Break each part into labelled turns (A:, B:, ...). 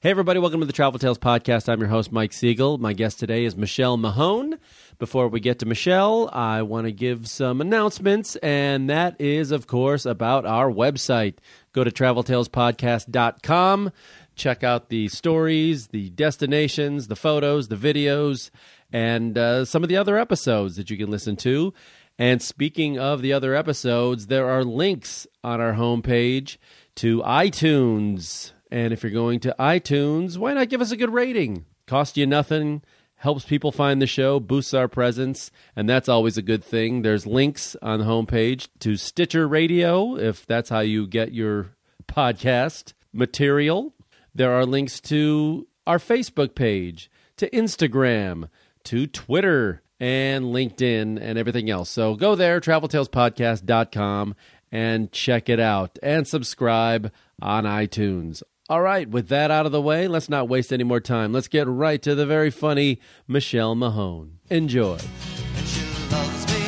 A: Hey, everybody, welcome to the Travel Tales Podcast. I'm your host, Mike Siegel. My guest today is Michelle Mahone. Before we get to Michelle, I want to give some announcements, and that is, of course, about our website. Go to traveltalespodcast.com, check out the stories, the destinations, the photos, the videos, and uh, some of the other episodes that you can listen to. And speaking of the other episodes, there are links on our homepage to iTunes. And if you're going to iTunes, why not give us a good rating? Cost you nothing, helps people find the show, boosts our presence, and that's always a good thing. There's links on the homepage to Stitcher Radio, if that's how you get your podcast material. There are links to our Facebook page, to Instagram, to Twitter, and LinkedIn, and everything else. So go there, traveltalespodcast.com, and check it out and subscribe on iTunes. All right, with that out of the way, let's not waste any more time. Let's get right to the very funny Michelle Mahone. Enjoy.
B: And she loves me.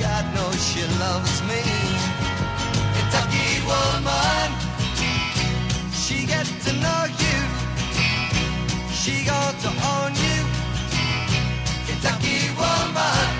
B: God knows she loves me. Kentucky woman, she got to know you. She got to own you. Kentucky woman.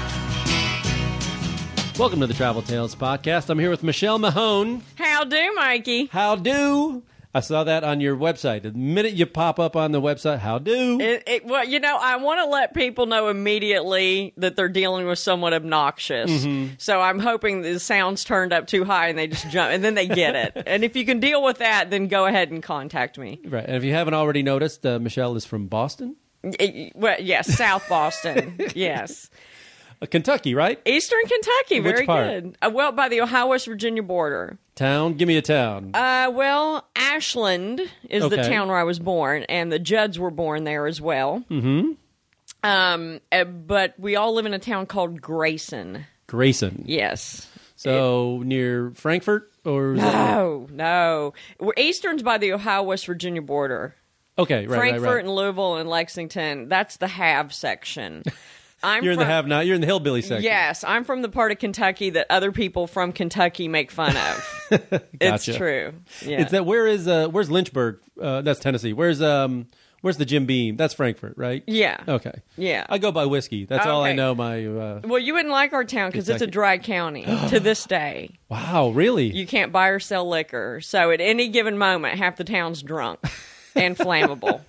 A: Welcome to the Travel Tales Podcast. I'm here with Michelle Mahone.
C: How do, Mikey?
A: How do? I saw that on your website. The minute you pop up on the website, how do?
C: It, it, well, you know, I want to let people know immediately that they're dealing with someone obnoxious.
A: Mm-hmm.
C: So I'm hoping the sound's turned up too high and they just jump and then they get it. and if you can deal with that, then go ahead and contact me.
A: right. And if you haven't already noticed, uh, Michelle is from Boston,
C: Y- y- Well, yes, South Boston. yes.
A: uh, Kentucky, right?
C: Eastern Kentucky.
A: Which
C: Very
A: part?
C: good. Uh, well, by the Ohio West Virginia border.
A: Town? Give me a town.
C: Uh, well, Ashland is the
A: Okay.
C: town where I was born, and the Judds were born there as well. Mm-hmm. Um, uh, but we all live in a town called Grayson.
A: Grayson.
C: Yes.
A: So near Frankfurt or is that-
C: No, no. We're Eastern's by the Ohio West Virginia border.
A: okay, right,
C: Frankfurt
A: right, right.
C: and Louisville and Lexington. That's the have section. I'm
A: You're in the
C: from-
A: have not. You're in the hillbilly section.
C: Yes, I'm from the part of Kentucky that other people from Kentucky make fun of. It's
A: Gotcha.
C: true. Yeah.
A: It's that where is uh where's Lynchburg? Uh, that's Tennessee. Where's um where's the Jim Beam? That's Frankfurt, right?
C: yeah.
A: Okay.
C: Yeah.
A: I go by whiskey. That's all I
C: Okay.
A: know. My uh,
C: Well, you wouldn't like our town because it's a
A: Kentucky.
C: dry county to this day.
A: wow, really?
C: You can't buy or sell liquor. So at any given moment, half the town's drunk and flammable.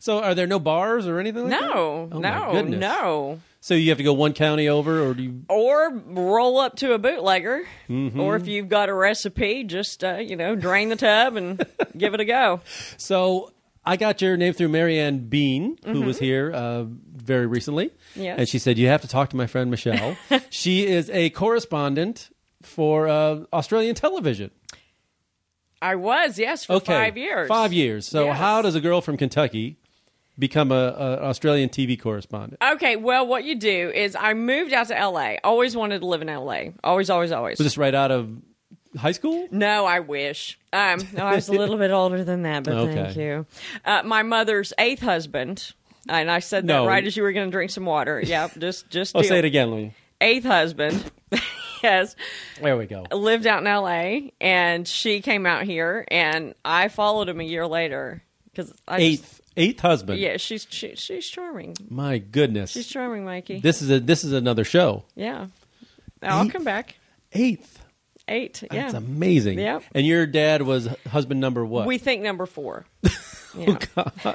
A: so are there no bars or anything? Like that?
C: No,
A: Oh, my
C: no,
A: goodness.
C: no.
A: So you have to go one county over, or do you?
C: Or roll up to a bootlegger.
A: Mm-hmm.
C: Or if you've got a recipe, just, uh, you know, drain the tub and give it a go.
A: So I got your name through Marianne Bean, who was here uh, very recently.
C: Mm-hmm. Yes.
A: And she said, You have to talk to my friend Michelle. she is a correspondent for uh, Australian television.
C: I was, yes, for
A: Okay.
C: five years.
A: Five years. So
C: Yes.
A: how does a girl from Kentucky become a, a Australian TV correspondent?
C: Okay, well, what you do is I moved out to LA. Always wanted to live in LA. Always, always, always.
A: Was this right out of high school?
C: No, I wish. Um, no, I was a little bit older than that, but thank
A: Okay.
C: you. Uh, my mother's eighth husband, and I said that
A: No.
C: right as you were going to drink some water. Yep, just just
A: Oh,
C: deal.
A: say it again, Louie.
C: eighth husband. yes,
A: There we go.
C: lived out in L.A. and she came out here, and I followed him a year later because
A: Eighth, eighth husband.
C: yeah, she's she, she's charming.
A: My goodness.
C: She's charming, Mikey.
A: This is a this is another show.
C: yeah, Now, I'll
A: Eight?
C: come back.
A: Eighth.
C: Eight.
A: That's
C: yeah,
A: amazing.
C: Yep.
A: And your dad was h- husband number what?
C: we think number four. Yeah. My
A: Oh, All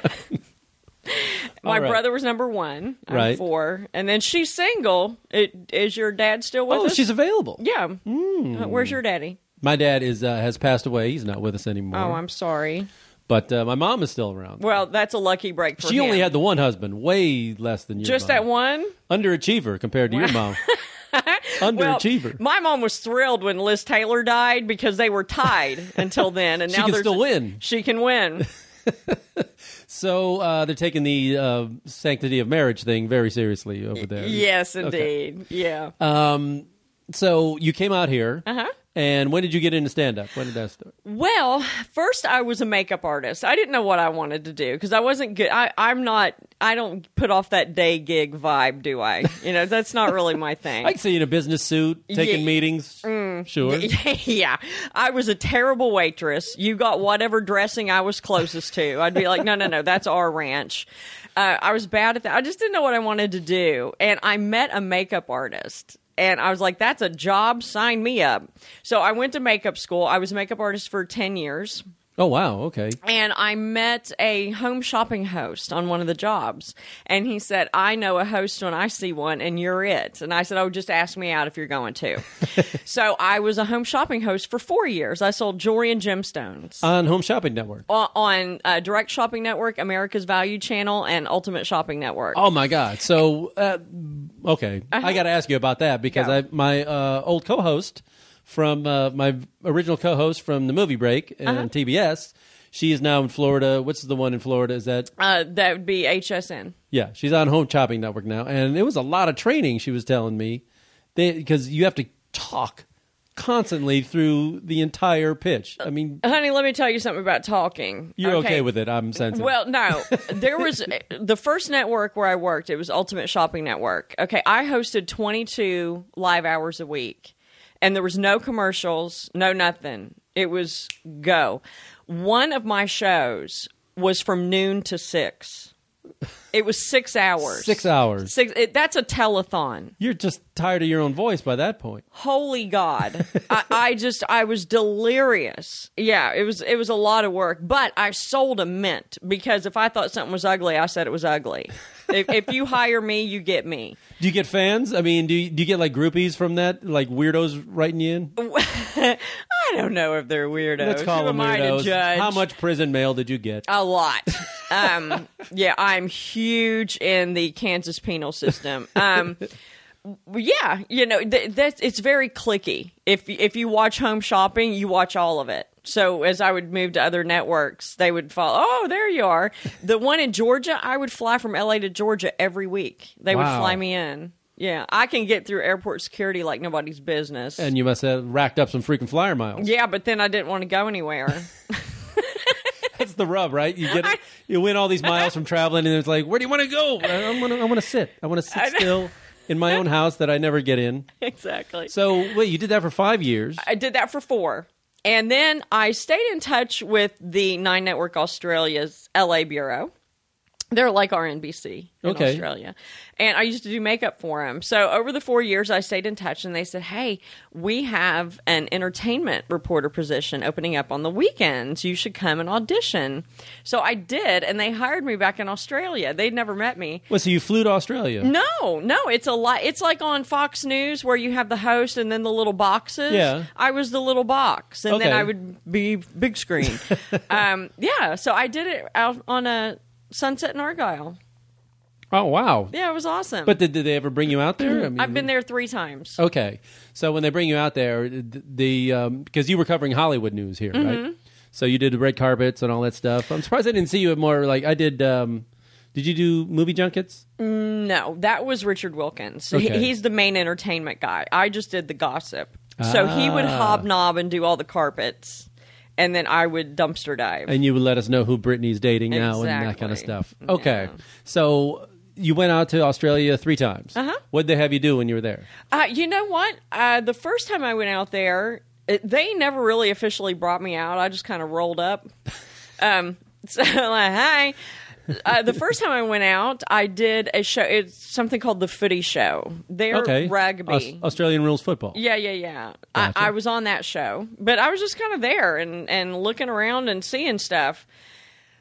A: right.
C: brother was number one, I'm
A: Right.
C: four, and then she's single. It, is your dad still with
A: Oh,
C: us?
A: she's Hmm. available.
C: yeah. Uh, Where's your daddy?
A: My dad is uh, has passed away. He's not with us anymore.
C: Oh, I'm sorry.
A: But uh, my mom is still around.
C: Well, that's a lucky break for
A: she
C: him.
A: only had the one husband, way less than you.
C: just
A: mom.
C: that one.
A: underachiever compared to your mom.
C: Well,
A: underachiever.
C: my mom was thrilled when Liz Taylor died because they were tied until then, and
A: She
C: now
A: can
C: there's
A: still win.
C: She can win.
A: so uh, they're taking the uh, sanctity of marriage thing very seriously over there.
C: yes,
A: Okay.
C: indeed. Yeah.
A: So you came out here.
C: Uh-huh.
A: And when did you get into stand up? When did that start?
C: Well, first I was a makeup artist. I didn't know what I wanted to do because I wasn't good. I, I'm not. I don't put off that day gig vibe, do I? You know, that's not really my thing.
A: I can see you in a business suit, taking
C: Yeah. Mm.
A: meetings. Sure.
C: yeah, I was a terrible waitress. You got whatever dressing I was closest to. I'd be like, no, no, no, that's our ranch. Uh, I was bad at that. I just didn't know what I wanted to do, and I met a makeup artist. And I was like, that's a job, sign me up. So I went to makeup school. I was a makeup artist for 10 years.
A: Oh, wow. Okay.
C: And I met a home shopping host on one of the jobs. And he said, I know a host when I see one, and you're it. And I said, Oh, just ask me out if you're going to. so I was a home shopping host for four years. I sold jewelry and gemstones
A: On Home Shopping Network.
C: o- on uh, Direct Shopping Network, America's Value Channel, and Ultimate Shopping Network.
A: Oh my God! So uh, okay, I got to ask you about that because
C: Go.
A: I my uh, old co-host from uh, my original co-host from the movie break and TBS. She is now in Florida. What's the one in Florida? Is that
C: Uh, that would be HSN.
A: yeah? She's on Home Shopping Network now, and it was a lot of training. She was telling me because you have to talk constantly through the entire pitch. I mean,
C: Honey, let me tell you something about talking.
A: you're okay, with it. I'm sensing.
C: Well, no. There was the first network where I worked, it was Ultimate Shopping Network. Okay, I hosted 22 live hours a week, and there was no commercials, no nothing. It was go. One of my shows was from noon to 6. It was 6 hours.
A: six hours.
C: Six, it, that's a telethon
A: You're just tired of your own voice by that point.
C: holy god I, I just i was delirious yeah it was it was a lot of work but i sold a mint because if i thought something was ugly i said it was ugly if, if you hire me you get me
A: Do you get fans? I mean, do you, do you get like groupies from that? Like weirdos writing you in?
C: i don't know if they're weirdos
A: Let's call
C: Who
A: them
C: am I to
A: weirdos.
C: judge? Uh,
A: How much prison mail did you get?
C: a lot um yeah i'm huge in the kansas penal system um yeah you know th- that's it's very clicky if if you watch home shopping you watch all of it so as i would move to other networks they would follow oh there you are the one in georgia i would fly from la to georgia every week they
A: Wow.
C: would fly me in yeah i can get through airport security like nobody's business
A: and you must have racked up some freaking flyer miles.
C: yeah but then i didn't want to go anywhere
A: That's the rub, right? You get you win all these miles from traveling, and it's like, where do you want to go? I I want to I want to sit. I want to sit
C: I know.
A: still in my own house that I never get in.
C: exactly
A: So wait, you did that for five years.
C: I did that for four. And then I stayed in touch with the Nine Network Australia's LA Bureau. They're like RNBC in
A: Okay.
C: Australia. And I used to do makeup for them. So over the four years, I stayed in touch and they said, Hey, we have an entertainment reporter position opening up on the weekends. You should come and audition. So I did. And they hired me back in Australia. They'd never met me.
A: Well, so you flew to Australia.
C: No, no, it's a lot. It's like on Fox News where you have the host and then the little boxes.
A: Yeah.
C: I was the little box, and then
A: Okay.
C: I would be big screen. um, yeah, so I did it out on a sunset in Argyle.
A: Oh wow!
C: Yeah, it was awesome.
A: But did, did they ever bring you out there? I mean, Oh.
C: I've been there three times.
A: Okay, so when they bring you out there, th- the because you were covering Hollywood news here,
C: Mm-hmm.
A: right? So you did the red carpets and all that stuff. I'm surprised I didn't see you at more. Like I did. Um, did you do movie junkets?
C: No, that was Richard Wilkins. He-
A: Okay.
C: he's the main entertainment guy. I just did the gossip. So he would
A: Ah.
C: hobnob and do all the carpets, and then I would dumpster dive.
A: And you would let us know who Britney's dating now and that kind of
C: Exactly.
A: stuff. Okay, so you went out to Australia three times.
C: Uh-huh.
A: What'd they have you do when you were there?
C: Uh, you know what? Uh, the first time I went out there, it, they never really officially brought me out. I just kind of rolled up. Um, so, like, hi. Uh, the first time I went out, I did a show. It's something called the Footy Show. They're
A: Okay,
C: rugby.
A: Aus- Australian rules football.
C: yeah, yeah, yeah.
A: Gotcha.
C: I, I was on that show, but I was just kind of there and, and looking around and seeing stuff.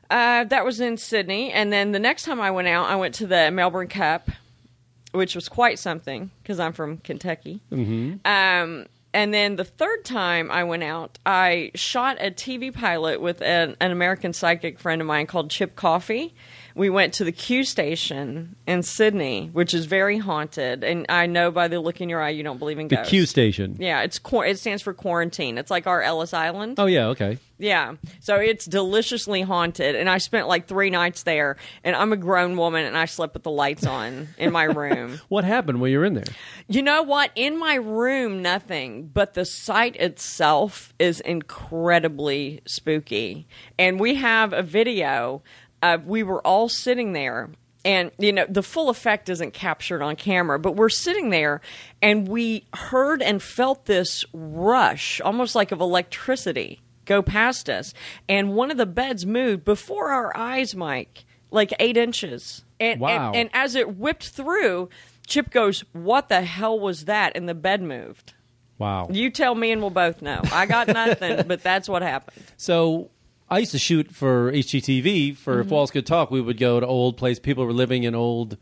C: Uh, that was in Sydney. And then the next time I went out, I went to the Melbourne Cup, which was quite something because I'm from Kentucky.
A: Mm-hmm.
C: Um, and then the third time I went out, I shot a TV pilot with an, an American psychic friend of mine called Chip Coffee. we went to the Q station in Sydney, which is very haunted. And I know by the look in your eye, you don't believe in
A: The
C: ghosts.
A: Q station.
C: Yeah, it's quar- it stands for quarantine. It's like our Ellis Island.
A: Oh yeah, okay.
C: Yeah. So it's deliciously haunted. And I spent like three nights there. And I'm a grown woman and I slept with the lights on in my room.
A: What happened when you were in there?
C: You know what? In my room, nothing, but the site itself is incredibly spooky. And we have a video of we were all sitting there. And, you know, the full effect isn't captured on camera, but we're sitting there and we heard and felt this rush, almost like of electricity, go past us. And one of the beds moved before our eyes, Mike, like eight inches. And,
A: Wow.
C: and, and as it whipped through, Chip goes, "What the hell was that?" And the bed moved.
A: Wow.
C: You tell me, and we'll both know. I got nothing, but that's what happened.
A: So I used to shoot for HGTV for If
C: Mm-hmm.
A: Walls Could Talk. We would go to old places. People were living in old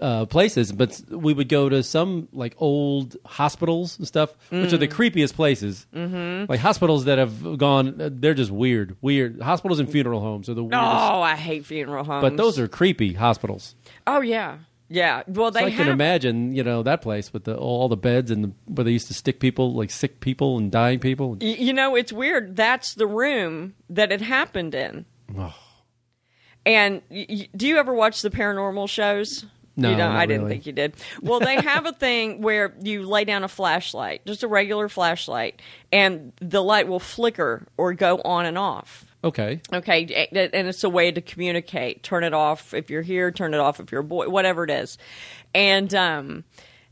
A: uh, places, but s- we would go to some like old hospitals and stuff, which
C: Mm.
A: are the creepiest places. Mm-hmm. Like hospitals that have gone, uh, they're just weird. Weird hospitals
C: Mm.
A: and funeral homes are the weirdest.
C: Oh, I hate funeral homes.
A: But those are creepy hospitals.
C: Oh yeah, yeah. Well,
A: So
C: they
A: I
C: have.
A: can imagine, you know, that place with the, all the beds and the, where they used to stick people, like sick people and dying people.
C: y- you know, it's weird. That's the room that it happened in.
A: Oh.
C: And y- y- do you ever watch the paranormal shows?
A: No,
C: you don't,
A: not
C: I didn't
A: really.
C: think you did. Well, they have a thing where you lay down a flashlight, just a regular flashlight, and the light will flicker or go on and off.
A: Okay.
C: Okay, a- and it's a way to communicate. Turn it off if you're here. Turn it off if you're a boy. Whatever it is, and um,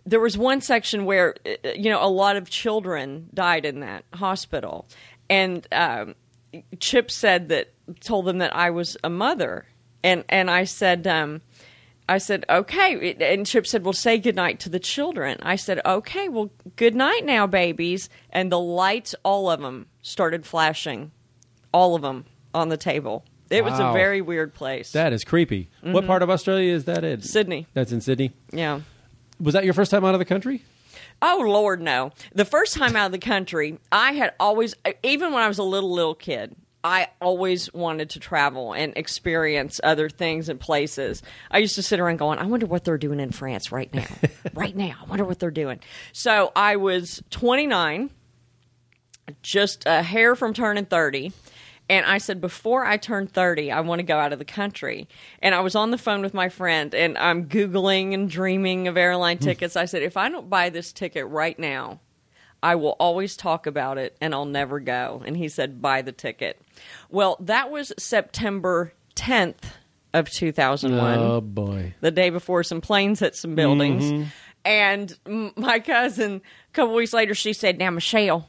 C: there was one section where uh, you know a lot of children died in that hospital, and um, Chip said that told them that I was a mother, and and I said. Um, I said, okay. And Chip said, well, say goodnight to the children. I said, okay, well, good night now, babies. And the lights, all of them, started flashing all of them on the table. It was
A: Wow.
C: a very weird place.
A: That is creepy. What part of Australia is that in?
C: Mm-hmm. Sydney.
A: That's in Sydney.
C: yeah.
A: Was that your first time out of the country?
C: Oh Lord, no! The first time out of the country, I had always, even when I was a little little kid, I always wanted to travel and experience other things and places. I used to sit around going, "I wonder what they're doing in France right now, right now. I wonder what they're doing." So I was 29. just a hair from turning 30. And I said, before I turn 30, I want to go out of the country. And I was on the phone with my friend and I'm Googling and dreaming of airline tickets. I said, if I don't buy this ticket right now, I will always talk about it and I'll never go. And he said, buy the ticket. Well, that was September 10th of 2001
A: Oh boy.
C: the day before some planes hit some buildings. And m- my cousin, a couple weeks later, she said, Now, Michelle,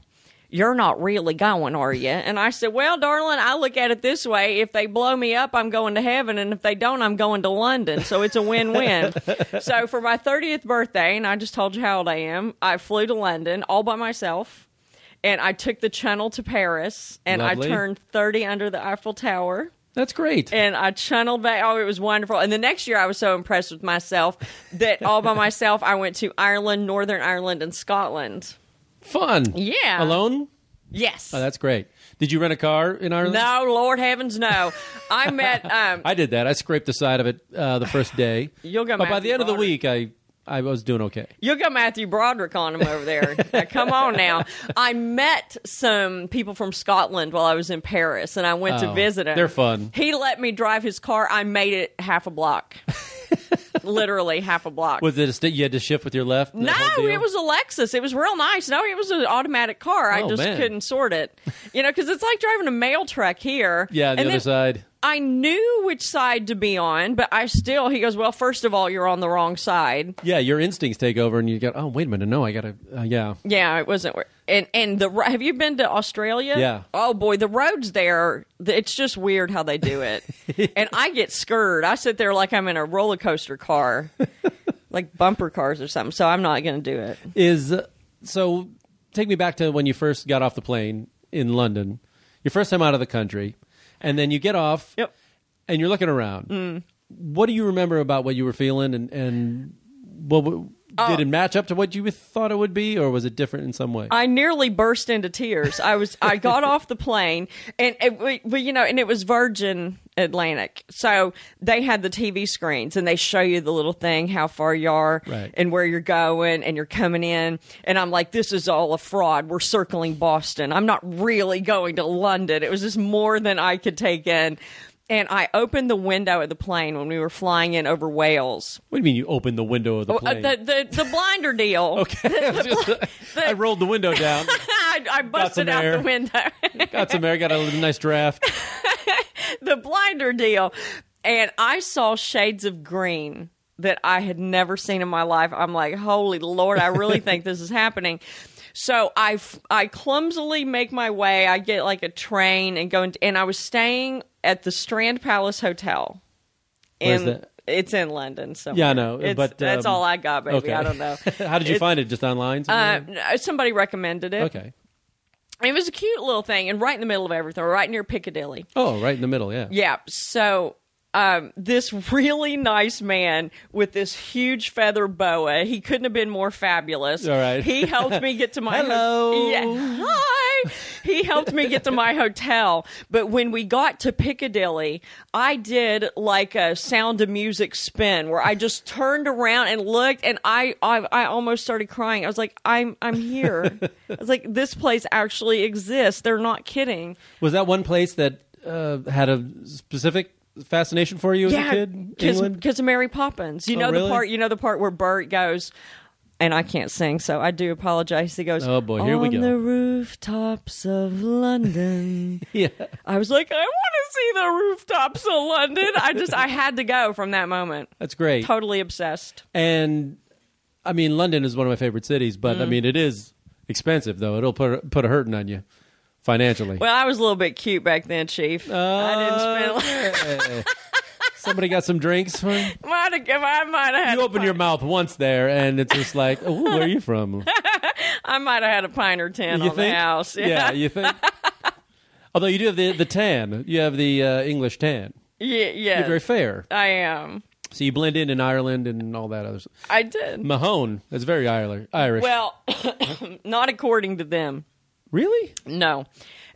C: you're not really going, are you? And I said, Well, darling, I look at it this way. If they blow me up, I'm going to heaven. And if they don't, I'm going to London. So it's a win win. so for my 30th birthday, and I just told you how old I am, I flew to London all by myself. And I took the channel to Paris and
A: Lovely.
C: I turned 30 under the Eiffel Tower
A: That's great.
C: and I channeled back. Oh, it was wonderful. And the next year, I was so impressed with myself that all by myself, I went to Ireland, Northern Ireland, and Scotland.
A: Fun.
C: Yeah.
A: Alone?
C: Yes.
A: Oh, that's great. Did you rent a car in Ireland?
C: no, Lord heavens, no. I met. Um,
A: I did that. I scraped the side of it uh, the first day.
C: You'll get
A: But by
C: Matthew
A: the end of the
C: Broderick.
A: week, I I was doing okay.
C: You'll go Matthew Broderick on him over there. Now, come on now. I met some people from Scotland while I was in Paris, and I went
A: Oh,
C: to visit him.
A: they're fun.
C: He let me drive his car. I made it half a block, literally half a block.
A: Was it a st- you had to shift with your left? and that whole
C: No,
A: deal?
C: it was a Lexus. It was real nice. No, it was an automatic car. I
A: Oh,
C: just
A: man.
C: couldn't sort it. You know, because it's like driving a mail truck here.
A: Yeah,
C: and
A: the other
C: then
A: side.
C: I knew which side to be on, but I still, he goes, well, first of all, you're on the wrong side.
A: Yeah, your instincts take over, and you go, oh wait a minute, no, I gotta, uh, yeah.
C: Yeah, it wasn't. wor- And and the ro- have you been to Australia?
A: Yeah.
C: Oh boy, the roads there. th- It's just weird how they do it. and I get scared. I sit there like I'm in a roller coaster car, like bumper cars or something. So I'm not going to do it.
A: is uh, so take me back to when you first got off the plane in London, your first time out of the country, and then you get off
C: Yep.
A: and you're looking around. What do you remember about what you were feeling and, and what, w-
C: Oh.
A: Did it match up to what you thought it would be, or was it different in some way?
C: I nearly burst into tears. I was I got off the plane and it, we, we, you know and it was Virgin Atlantic. So they had the TV screens and they show you the little thing how far you are
A: Right.
C: and where you're going and you're coming in and I'm like this is all a fraud. We're circling Boston. I'm not really going to London. It was just more than I could take in. And I opened the window of the plane when we were flying in over Wales.
A: what do you mean you opened the window of the
C: Uh,
A: plane?
C: The, the, the blinder deal.
A: okay, I, was just- I rolled the window down,
C: I, I busted
A: some
C: out
A: air.
C: the window.
A: got some air, got a little nice draft.
C: the blinder deal. And I saw shades of green that I had never seen in my life. I'm like, holy Lord, I really think this is happening. So I, f- I clumsily make my way. I get like a train and go, into, and I was staying at the Strand Palace Hotel.
A: Where's
C: in-
A: that?
C: It's in London somewhere.
A: Yeah, I know,
C: It's-
A: but,
C: that's
A: um,
C: all I got, baby.
A: okay.
C: I don't know.
A: How did you
C: It-
A: find it? Just online?
C: Uh,
A: somewhere?
C: no, somebody recommended it.
A: okay.
C: It was a cute little thing, and right in the middle of everything, right near Piccadilly.
A: Oh, right in the middle. Yeah.
C: Yeah. So um, this really nice man with this huge feather boa, he couldn't have been more fabulous.
A: All right.
C: He helped me get to my
A: Hello.
C: Yeah. Hi. He helped me get to my hotel. But when we got to Piccadilly, I did like a sound of music spin where I just turned around and looked and I I, I almost started crying. I was like, I'm I'm here. I was like, this place actually exists. They're not kidding.
A: Was that one place that uh, had a specific fascination for you as a kid? England.
C: because of Mary Poppins. You
A: Oh,
C: know
A: really?
C: the part. You know the part where Bert goes, and I can't sing, so I do apologize. He goes,
A: Oh, boy, here
C: on
A: we go."
C: the rooftops of London."
A: Yeah.
C: I was like, "I want to see the rooftops of London." I just, I had to go from that moment.
A: That's great.
C: Totally obsessed.
A: And I mean, London is one of my favorite cities, but
C: Mm.
A: I mean, it is expensive though. It'll put put a hurting on you financially.
C: Well, I was a little bit cute back then, Chief. I
A: Uh,
C: didn't spend.
A: Okay. Somebody got some drinks. for you?
C: Might have, I might have had.
A: You
C: a
A: open
C: pint-
A: your mouth once there, and it's just like, oh, where are you from?
C: I might have had a pint or ten
A: You
C: on the house.
A: Yeah. you think. Although you do have the the tan, you have the uh, English tan.
C: yeah,
A: You're very
C: yeah.
A: fair,
C: I am.
A: so you blend in in Ireland and all that other. stuff.
C: I did.
A: Mahone is very Irish. Irish.
C: Well, not according to them.
A: really?
C: No.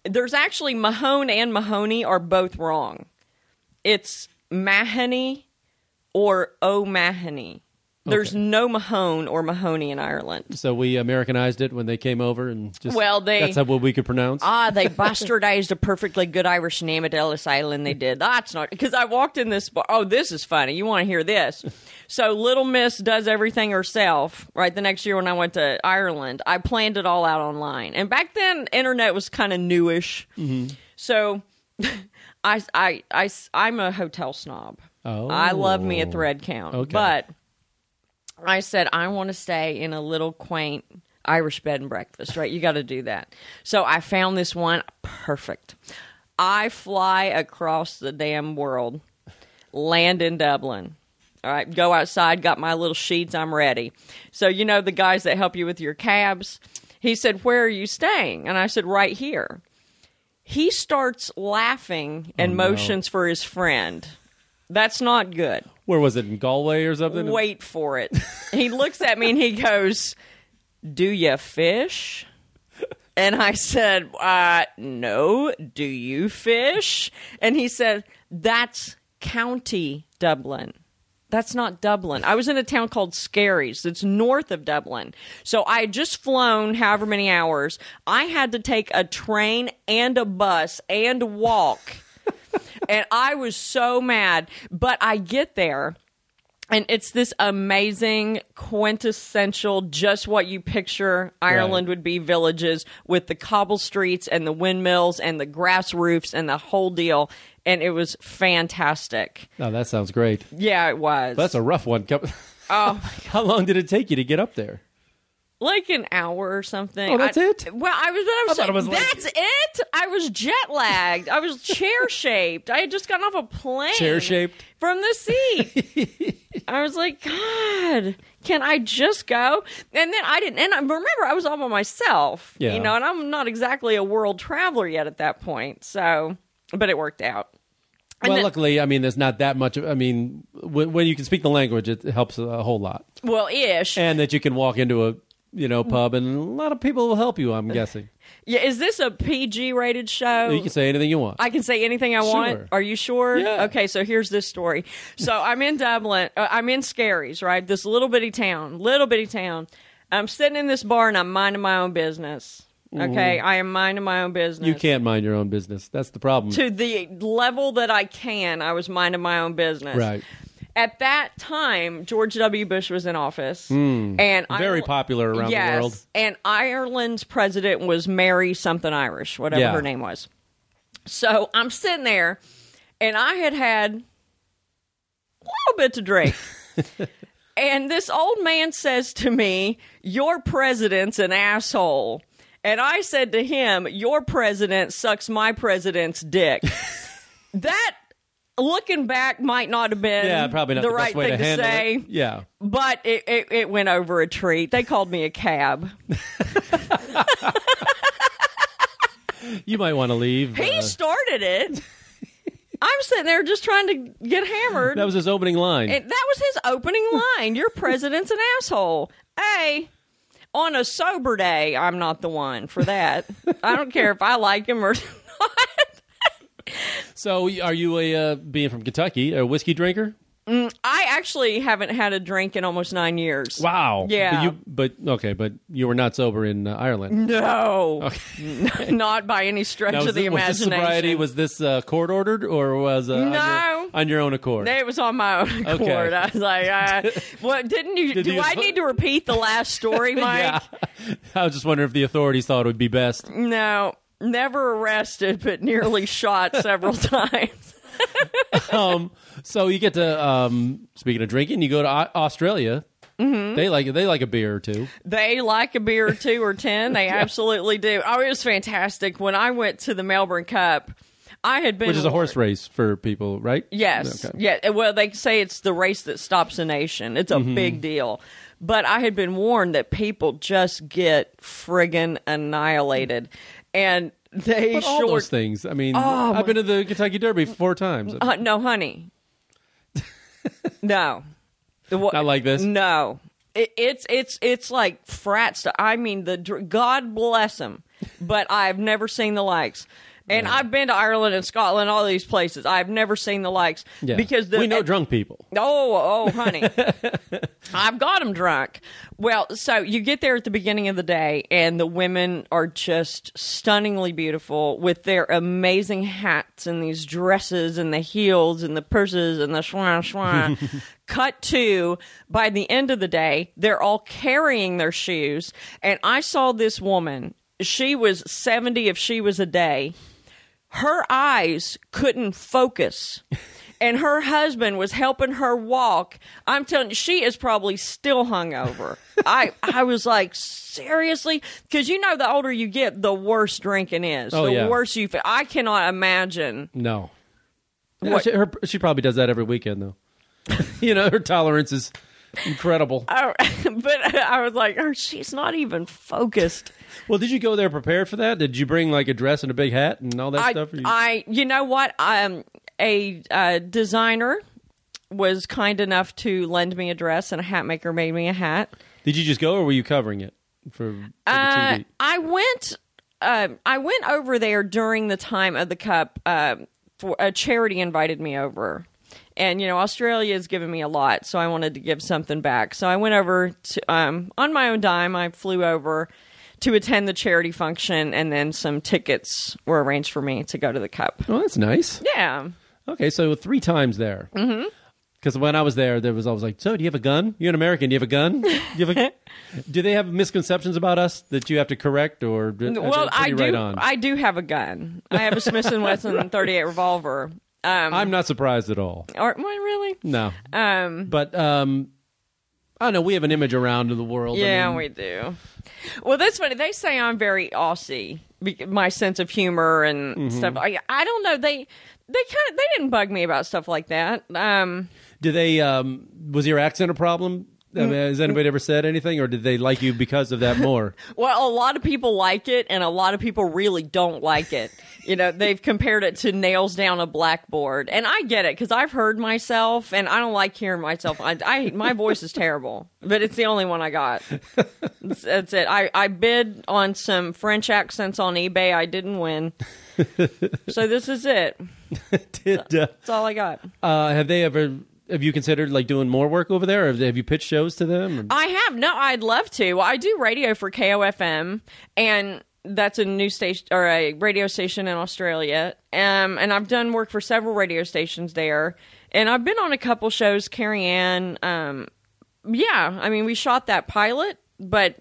C: There's actually Mahone and Mahoney are both wrong. It's Mahoney or O'Mahony. There's
A: Okay.
C: no Mahone or Mahoney in Ireland.
A: So we Americanized it when they came over, and just
C: Well, they-
A: that's how what we could pronounce.
C: Ah, they bastardized a perfectly good Irish name at Ellis Island. They did. That's not because I walked in this bar. Oh, this is funny. You want to hear this? So Little Miss does everything herself. Right the next year when I went to Ireland, I planned it all out online. And back then, internet was kind of newish. So I, I, I, I'm a hotel snob.
A: Oh.
C: I love me a thread count.
A: Okay.
C: But I said, I want to stay in a little quaint Irish bed and breakfast, right? You got to do that. So I found this one perfect. I fly across the damn world, land in Dublin. All right, go outside, got my little sheets, I'm ready. So, you know, the guys that help you with your cabs, he said, Where are you staying? And I said, Right here. He starts laughing and
A: Oh, no.
C: motions for his friend. That's not good.
A: Where was it in Galway or something?
C: Wait for it. He looks at me and he goes, Do you fish? And I said, uh, No, do you fish? And he said, That's County Dublin. That's not Dublin. I was in a town called Skerries. It's north of Dublin. So I had just flown however many hours. I had to take a train and a bus and walk. and I was so mad. But I get there. And it's this amazing, quintessential, just what you picture Ireland
A: Right.
C: would be villages with the cobble streets and the windmills and the grass roofs and the whole deal. And it was fantastic.
A: Oh, that sounds great.
C: Yeah, it was.
A: That's a rough one. Come-
C: oh,
A: How long did it take you to get up there?
C: like an hour or something.
A: Oh, that's
C: I-
A: it?
C: Well, I was. I was,
A: I thought it was like-
C: that's it. I was jet lagged. I was chair shaped. I had just gotten off a plane.
A: Chair-shaped?
C: from the seat. I was like, God, can I just go? And then I didn't. And I remember I was all by myself.
A: Yeah.
C: You know, and I'm not exactly a world traveler yet at that point. So, but it worked out.
A: well,
C: then-
A: luckily, I mean, there's not that much. of- I mean, when, when you can speak the language, it helps a whole lot,
C: Well, ish.
A: and that you can walk into a you know pub and a lot of people will help you. I'm guessing
C: Yeah, is this a PG rated show?
A: you can say anything you want.
C: Oh. I can say anything I
A: Sure.
C: want. Are you sure?
A: Yeah.
C: Okay, so here's this story. So I'm in Dublin. Uh, I'm in Scaries, right? This little bitty town, little bitty town. I'm sitting in this bar and I'm minding my own business. Okay, I am minding my own business.
A: Mm-hmm. you can't mind your own business. That's the problem,
C: To the level that I can, I was minding my own business.
A: right?
C: At that time, George W. Bush was in office, and
A: Hmm. Very
C: I,
A: popular around
C: yes,
A: the world.
C: And Ireland's president was Mary something Irish, whatever
A: Yeah.
C: her name was. So I'm sitting there, and I had had a little bit to drink. and this old man says to me, Your president's an asshole. And I said to him, Your president sucks my president's dick. that, looking back, might not have been
A: Yeah, probably not
C: the,
A: the,
C: right
A: best way
C: thing
A: to handle
C: say
A: it. Yeah,
C: but it, it, it went over a treat. They called me a cab.
A: you might want to leave.
C: He
A: uh,
C: started it. I'm sitting there just trying to get hammered.
A: that was his opening line.
C: And that was his opening line. Your president's an asshole. Hey, on a sober day, I'm not the one for that. I don't care if I like him or not.
A: so, are you a uh, being from Kentucky, a whiskey drinker?
C: I actually haven't had a drink in almost nine years.
A: Wow.
C: Yeah.
A: But, you, but okay, but you were not sober in uh, Ireland.
C: No, not by any stretch
A: Now,
C: of
A: was,
C: Mm-hmm. the
A: thi- was this
C: imagination.
A: sobriety was this uh, court ordered or was uh, on,
C: No.
A: your, on your own accord?
C: It was on my own accord. I was like, uh, "What? Didn't you?
A: Did
C: do
A: you-
C: I need to repeat the last story, Mike?
A: yeah. I was just wondering if the authorities thought it would be best.
C: No, never arrested, but nearly shot several times.
A: Um, so you get to um, speaking of drinking, you go to Au- Australia.
C: Mm-hmm.
A: They like they like a beer or two.
C: They like a beer or two or ten. They absolutely do. Oh, it was fantastic when I went to the Melbourne Cup. I had been
A: Which is a horse race for people, right?
C: Yes.
A: Okay.
C: Yeah. Well, they say it's the race that stops a nation. It's a
A: Mm-hmm.
C: big deal. But I had been warned that people just get friggin' annihilated, and they
A: But all
C: sure
A: those things. I mean, I've been to the Kentucky Derby four times.
C: Oh, Uh, no, honey. no. What-
A: Not like this?
C: No. It, it's it's it's like frat stuff. I mean, the dr- God bless them, but I've never seen the likes. And I've been to Ireland and Scotland, all these places. I've never seen the likes
A: Yeah.
C: because the,
A: we know drunk people.
C: Oh, oh, honey. I've got them drunk. Well, so you get there at the beginning of the day, and the women are just stunningly beautiful with their amazing hats and these dresses and the heels and the purses and the schwa schwa. Cut to by the end of the day, they're all carrying their shoes. And I saw this woman. She was 70 if she was a day her eyes couldn't focus and her husband was helping her walk i'm telling you she is probably still hungover i i was like seriously because you know the older you get the worse drinking is
A: Oh,
C: the
A: yeah.
C: worse you feel i cannot imagine
A: No. Yeah, she, her, she probably does that every weekend, though. you know, her tolerance is incredible.
C: I- Oh, but i was like oh, she's not even focused
A: Well, did you go there prepared for that? Did you bring like a dress and a big hat and all that
C: I,
A: stuff? Or you-
C: I, you know what? Um, a uh, designer was kind enough to lend me a dress, and a hat maker made me a hat.
A: did you just go, or were you covering it for, for
C: Uh,
A: the TV?
C: I went. Uh, I went over there during the time of the cup. Uh, for a charity invited me over, and you know Australia has given me a lot, so I wanted to give something back. So I went over to um, on my own dime. I flew over to attend the charity function, and then some tickets were arranged for me to go to the cup.
A: Oh, that's nice.
C: Yeah.
A: Okay, so three times there. Mm-hmm. Because when I was there, there was always like, "So, do you have a gun? You're an American. Do you have a gun? Do, you have a... do they have misconceptions about us that you have to correct, or uh,
C: Well, I do.
A: Right on?
C: I do have a gun. I have a Smith and Wesson 38 revolver. Um,
A: I'm not surprised at all.
C: or, well, really?
A: No,
C: Um,
A: but um, I don't know. We have an image around the world. I
C: Yeah,
A: mean,
C: we do. Well, that's funny. They say I'm very Aussie, be- my sense of humor and
A: Mm-hmm.
C: stuff. I, I don't know. They they kind of they didn't bug me about stuff like that. Um,
A: Do they? Um, was your accent a problem I mean, has anybody ever said anything, or did they like you because of that more?
C: Well, a lot of people like it, and a lot of people really don't like it. You know, they've compared it to nails down a blackboard, and I get it because I've heard myself, and I don't like hearing myself. I, I my voice is terrible, but it's the only one I got. That's, that's it. I I bid on some French accents on eBay. I didn't win, so this is it.
A: did, uh,
C: That's all I got.
A: uh, have they ever? Have you considered like doing more work over there? Or have, they- have you pitched shows to them? Or-
C: I have. No, I'd love to. I do radio for KOFM, and that's a new station or a radio station in Australia. Um, and I've done work for several radio stations there, and I've been on a couple shows. Carrie Ann. Um, yeah, I mean, we shot that pilot, but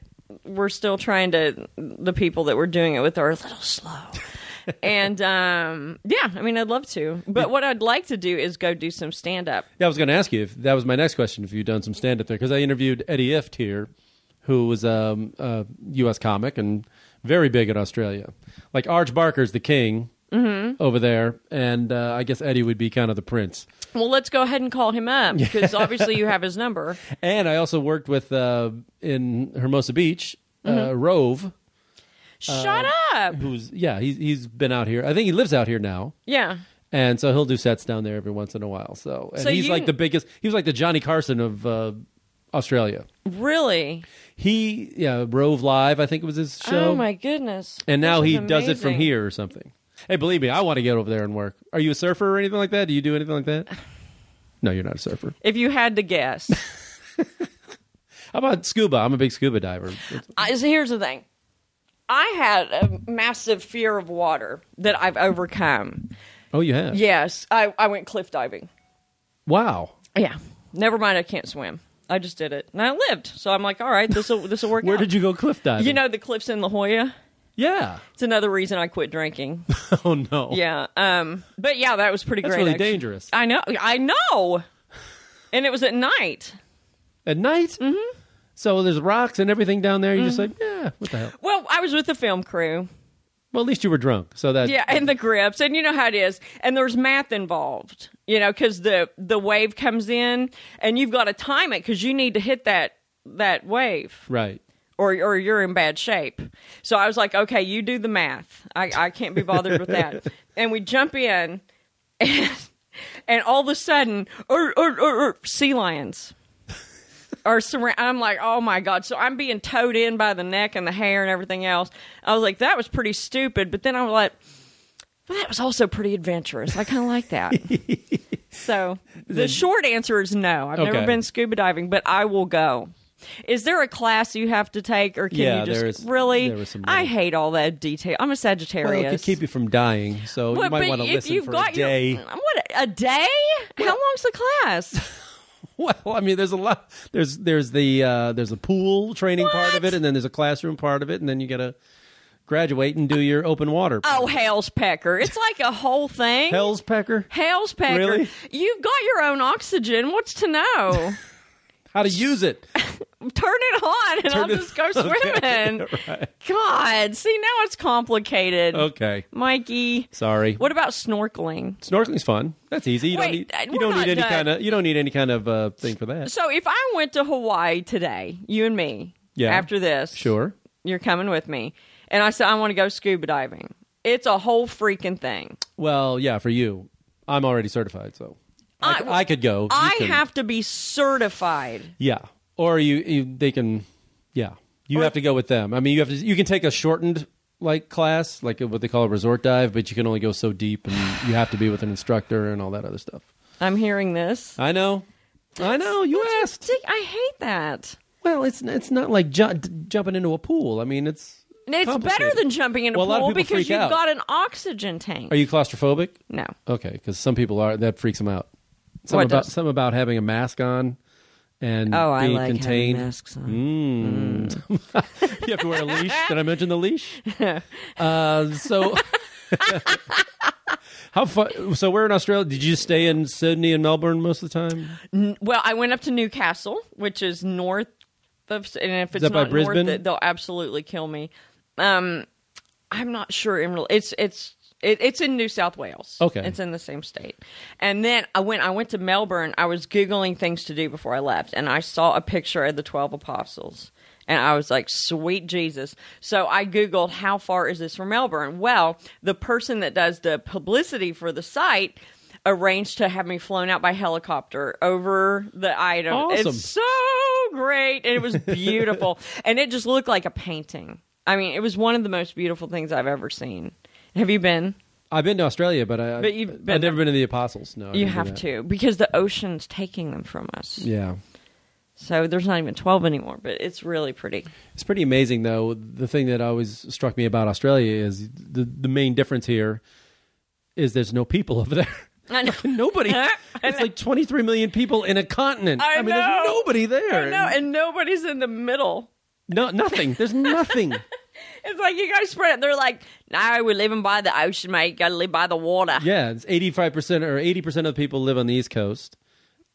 C: we're still trying to. The people that we're doing it with are a little slow. and um, yeah, I mean, I'd love to, but what I'd like to do is go do some stand up.
A: Yeah, I was going to ask you if that was my next question. If you've done some stand up there, because I interviewed Eddie Ift here, who was um, a U.S. comic and very big in Australia. Like Arch Barker's the king
C: Mm-hmm.
A: over there, and uh, I guess Eddie would be kind of the prince.
C: Well, let's go ahead and call him up because obviously you have his number.
A: And I also worked with uh, in Hermosa Beach, uh,
C: Mm-hmm.
A: Rove,
C: Shut up.
A: who's yeah, he's he's been out here. I think he lives out here now.
C: Yeah.
A: And so he'll do sets down there every once in a while. So, and
C: So
A: he's
C: you-
A: like the biggest. He was like the Johnny Carson of uh, Australia.
C: Really?
A: He yeah, Rove Live, I think was his show.
C: oh my goodness.
A: and now
C: This
A: he
C: is
A: does it from
C: amazing.
A: here or something. Hey, believe me, I want to get over there and work. Are you a surfer or anything like that? Do you do anything like that? No, you're not a surfer.
C: If you had to guess.
A: How about scuba? I'm a big scuba diver.
C: I, so here's the thing. I had a massive fear of water that I've overcome.
A: Oh, you have?
C: Yes, I, I went cliff diving.
A: Wow.
C: Yeah. Never mind, I can't swim. I just did it. And I lived. So I'm like, all right, this will this will work
A: Where
C: out.
A: did you go cliff diving?
C: You know the cliffs in La Jolla?
A: Yeah.
C: It's another reason I quit drinking.
A: Oh no.
C: Yeah. Um. But yeah, that was pretty
A: That's
C: great.
A: really
C: actually.
A: dangerous.
C: I know. I know. And it was at night.
A: At night. Mm-hmm. So there's rocks and everything down there. You're
C: Mm-hmm.
A: just like, yeah, what the hell?
C: Well, I was with the film crew.
A: Well, at least you were drunk, so that
C: Yeah, and the grips, and you know how it is. And there's math involved, you know, because the the wave comes in, and you've got to time it because you need to hit that that wave,
A: right.
C: or or you're in bad shape. So I was like, okay, you do the math. I I can't be bothered with that. And we jump in, and and all of a sudden, er, er, er, er, sea lions. Or surra- I'm like, oh my god! So I'm being towed in by the neck and the hair and everything else. I was like, that was pretty stupid. But then I was like, well, that was also pretty adventurous. I kind of like that. so the short answer is no. I've
A: Okay.
C: never been scuba diving, but I will go. Is there a class you have to take, or can
A: Yeah,
C: you just
A: there is-
C: really?
A: there was some-
C: I hate all that detail. I'm a
A: Well,
C: Sagittarius.
A: it could keep you from dying, so
C: Well,
A: you might
C: but
A: want to
C: if
A: listen
C: you've
A: for
C: got
A: a
C: your- Mm,
A: day.
C: what a day? How long's the class?
A: Well, I mean, there's a lot. There's there's the uh, there's a pool training part of it, and then there's a classroom part of it, and then you gotta graduate and do your open water.
C: Oh, hell's pecker! It's like a whole thing.
A: Hell's Pecker,
C: Hell's pecker!
A: Really?
C: You've got your own oxygen. What's to know?
A: how to use it?
C: turn it on and I'll
A: it-
C: just go swimming. God, see now it's complicated.
A: Okay,
C: Mikey,
A: sorry.
C: what about snorkeling?
A: Snorkeling's fun. That's easy. You
C: Wait, uh,
A: don't need you
C: we're
A: don't
C: not
A: need any
C: done.
A: kind of you don't need any kind of uh, thing for that.
C: So if I went to Hawaii today, you and me,
A: Yeah.
C: after this,
A: Sure.
C: you're coming with me, and I said I want to go scuba diving. It's a whole freaking thing.
A: Well, yeah, for you, I'm already certified, so I,
C: I-
A: I could go. You
C: I
A: couldn't.
C: have to be certified.
A: Yeah, or you, you they can. Yeah, you have to go with them. I mean, you have to. You can take a shortened like class, like what they call a resort dive, but you can only go so deep, and you have to be with an instructor and all that other stuff.
C: I'm hearing this.
A: I know, I know. You asked.
C: Dick, I hate that.
A: Well, it's it's not like ju- d- jumping into a pool. I mean, it's.
C: And It's better
A: complicated.
C: than jumping in a
A: Well, a lot of
C: pool
A: people
C: because
A: freak
C: you've
A: out.
C: got an oxygen tank.
A: Are you claustrophobic?
C: no.
A: Okay, because some people are. That freaks them out. Some
C: What
A: about
C: does?
A: some about having a mask on and
C: Oh, I
A: being
C: like having
A: contained. Hmm?
C: masks on.
A: you have to wear a leash. Did I mention the leash? uh, so, how fun? So we're in Australia. Did you stay in Sydney and Melbourne most of the time?
C: Well, I went up to Newcastle, which is north of, and if it's
A: that by
C: not north,
A: Brisbane?
C: th- they'll absolutely kill me. Um, I'm not sure. In real, it's it's It, it's in New South Wales.
A: Okay.
C: it's in the same state. And then I went. I went to Melbourne. I was googling things to do before I left, and I saw a picture of the twelve apostles. And I was like, sweet Jesus. So I Googled, how far is this from Melbourne? Well, the person that does the publicity for the site arranged to have me flown out by helicopter over the item.
A: Awesome.
C: Oh, It's so great. And it was beautiful. and it just looked like a painting. I mean, it was one of the most beautiful things I've ever seen. Have you been?
A: I've been to Australia, but, I,
C: But you've
A: I've
C: been-
A: never been to the Apostles. No, I
C: You
A: didn't do
C: have
A: that.
C: to because the ocean's taking them from us.
A: Yeah.
C: So there's not even 12 anymore, but it's really pretty.
A: It's pretty amazing, though. The thing that always struck me about Australia is the the main difference here is there's no people over there.
C: I know.
A: nobody.
C: I
A: It's
C: know.
A: like 23 million people in a continent.
C: I
A: mean,
C: know.
A: there's nobody there.
C: I know, and nobody's in the middle.
A: No, nothing. There's nothing.
C: It's like you guys spread it. They're like, no, we're living by the ocean, mate. You gotta live by the water.
A: yeah, it's 85 percent or 80 percent of the people live on the East Coast,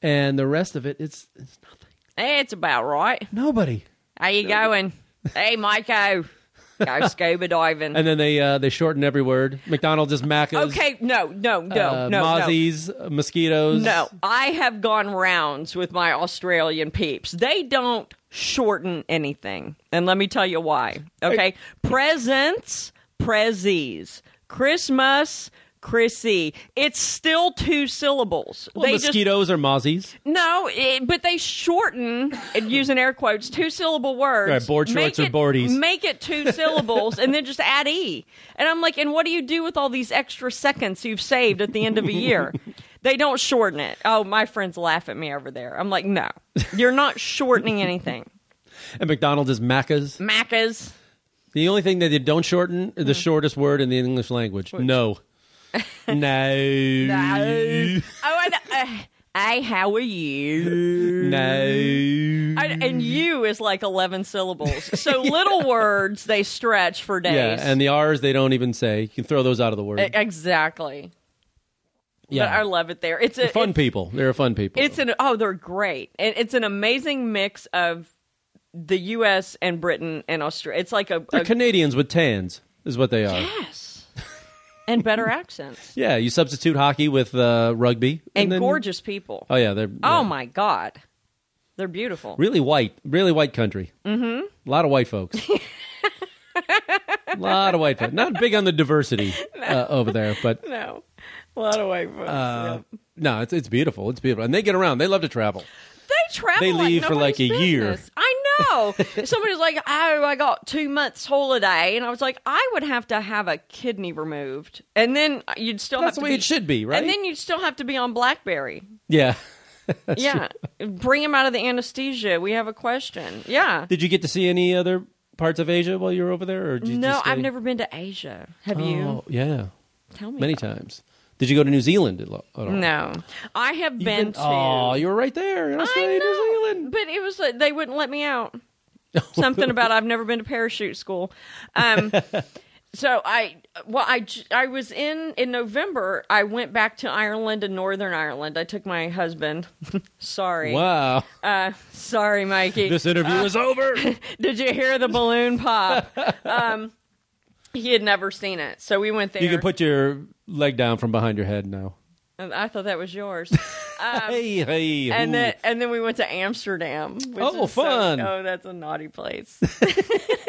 A: and the rest of it, it's, it's nothing.
C: Eh, It's about right.
A: Nobody.
C: How you going? Hey, Miko. Go scuba diving.
A: And then they uh, they shorten every word. McDonald's is Macca's.
C: okay, no, no, no,
A: uh,
C: no, no.
A: Mozzies, uh, mosquitoes.
C: No, I have gone rounds with my Australian peeps. They don't shorten anything. And let me tell you why. Okay? Presents, prezzies. Christmas, Chrissy. It's still two syllables.
A: Well,
C: they just
A: mosquitoes are mozzies.
C: No, it, but they shorten and using air quotes two syllable words.
A: Right, board shorts
C: make
A: or
C: it,
A: boardies.
C: Make it two syllables and then just add e. And I'm like, and what do you do with all these extra seconds you've saved at the end of a year? they don't shorten it. Oh, my friends laugh at me over there. I'm like, no, you're not shortening anything.
A: And McDonald's is Macca's.
C: Macca's. The
A: The only thing that they don't shorten is the
C: Mm.
A: shortest word in the English language. No. no.
C: Oh,
A: No.
C: and, uh, hey, how are you? I, and you is like 11 syllables. So little words they stretch for days.
A: Yeah, and the R's they don't even say. You can throw those out of the word.
C: E- Exactly.
A: yeah.
C: But I love it there. It's a
A: fun
C: it's,
A: people. They're fun people.
C: it's an oh, they're great. And it's an amazing mix of the US and Britain and Australia. It's like a,
A: They're
C: a-
A: Canadians with tans, is what they are.
C: yes. and better accents.
A: Yeah, you substitute hockey with uh, rugby.
C: And,
A: then-
C: gorgeous people.
A: Oh, yeah. They're,
C: Oh
A: yeah.
C: my god. They're beautiful.
A: Really white. Really white country. Mm-hmm. A lot of white folks. A lot of white folks. Not big on the diversity uh, over there, but
C: No. A lot of white folks.
A: Uh, no, it's it's beautiful. It's beautiful, and they get around. They love to travel.
C: They travel.
A: They leave
C: like
A: for, like,
C: nobody's
A: a year.
C: business. I know. Somebody's like, "Oh, I got two months holiday," and I was like, "I would have to have a kidney removed, and then you'd still
A: That's
C: have
A: the
C: to
A: way
C: be,
A: it should be, right?
C: And then you'd still have to be on BlackBerry.
A: yeah.
C: yeah, bring him out of the anesthesia. We have a question. Yeah.
A: Did you get to see any other parts of Asia while you were over there, or did you
C: no,
A: just
C: I've
A: stay-
C: never been to Asia. Have you?
A: Oh, yeah,
C: Tell me.
A: many
C: about
A: times. Did you go to New Zealand at lo- at all?
C: it. No, I have
A: You've
C: been, to.
A: Oh, you were right there in Australia,
C: I know,
A: New Zealand. Oh.
C: but it was like they wouldn't let me out. Something about I've never been to parachute school. Um, so I, well, I, j- I was in in November. I went back to Ireland and Northern Ireland. I took my husband. sorry,
A: Wow,
C: Uh, sorry, Mikey.
A: this interview is over.
C: Did you hear the balloon pop? um, he had never seen it, so we went there.
A: You can put your leg down from behind your head now.
C: And I thought that was yours.
A: hey, hey,
C: Um, and
A: ooh.
C: then and then we went to Amsterdam. which
A: Oh,
C: is so-
A: fun.
C: oh, that's a naughty place.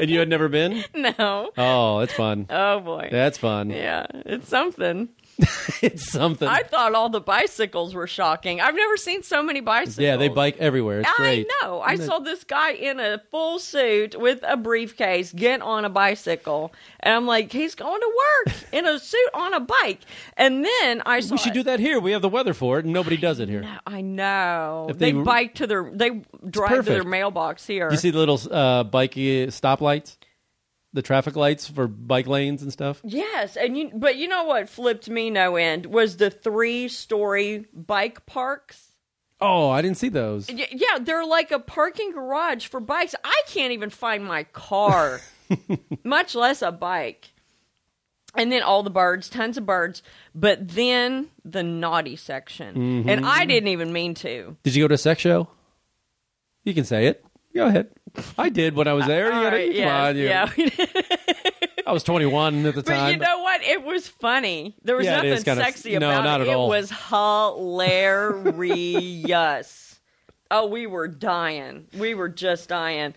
A: and you had never been.
C: no.
A: Oh, that's fun.
C: Oh boy.
A: That's fun.
C: Yeah, it's something.
A: It's something.
C: I thought all the bicycles were shocking. I've never seen so many bicycles.
A: yeah, they bike everywhere. It's
C: I
A: great.
C: know. I saw this guy in a full suit with a briefcase get on a bicycle, and I'm like, he's going to work in a suit on a bike. And then I saw.
A: We should do that here. We have the weather for it, and nobody does it here.
C: I know.
A: If
C: They,
A: they-
C: bike to their. They drive to their
A: perfect.
C: mailbox here.
A: You see the little uh, bike uh, stoplights, the traffic lights for bike lanes and stuff.
C: Yes, and you but you know what flipped me no end was the three story bike parks.
A: Oh, I didn't see those.
C: Y- Yeah, they're like a parking garage for bikes. I can't even find my car, much less a bike. And then all the birds, tons of birds, but then the naughty section. And
A: Mm-hmm.
C: I didn't even mean to.
A: Did you go to a sex show? You can say it. Go ahead. I did when I was there. You
C: Uh, All
A: gotta-
C: right,
A: come
C: yes,
A: on, you-
C: yeah.
A: I was 21 at the
C: But
A: time.
C: you know what? It was funny. There was
A: Yeah, it is
C: nothing
A: kinda-
C: sexy
A: no,
C: about
A: not
C: it.
A: at all.
C: It was hilarious. oh, we were dying. We were just dying.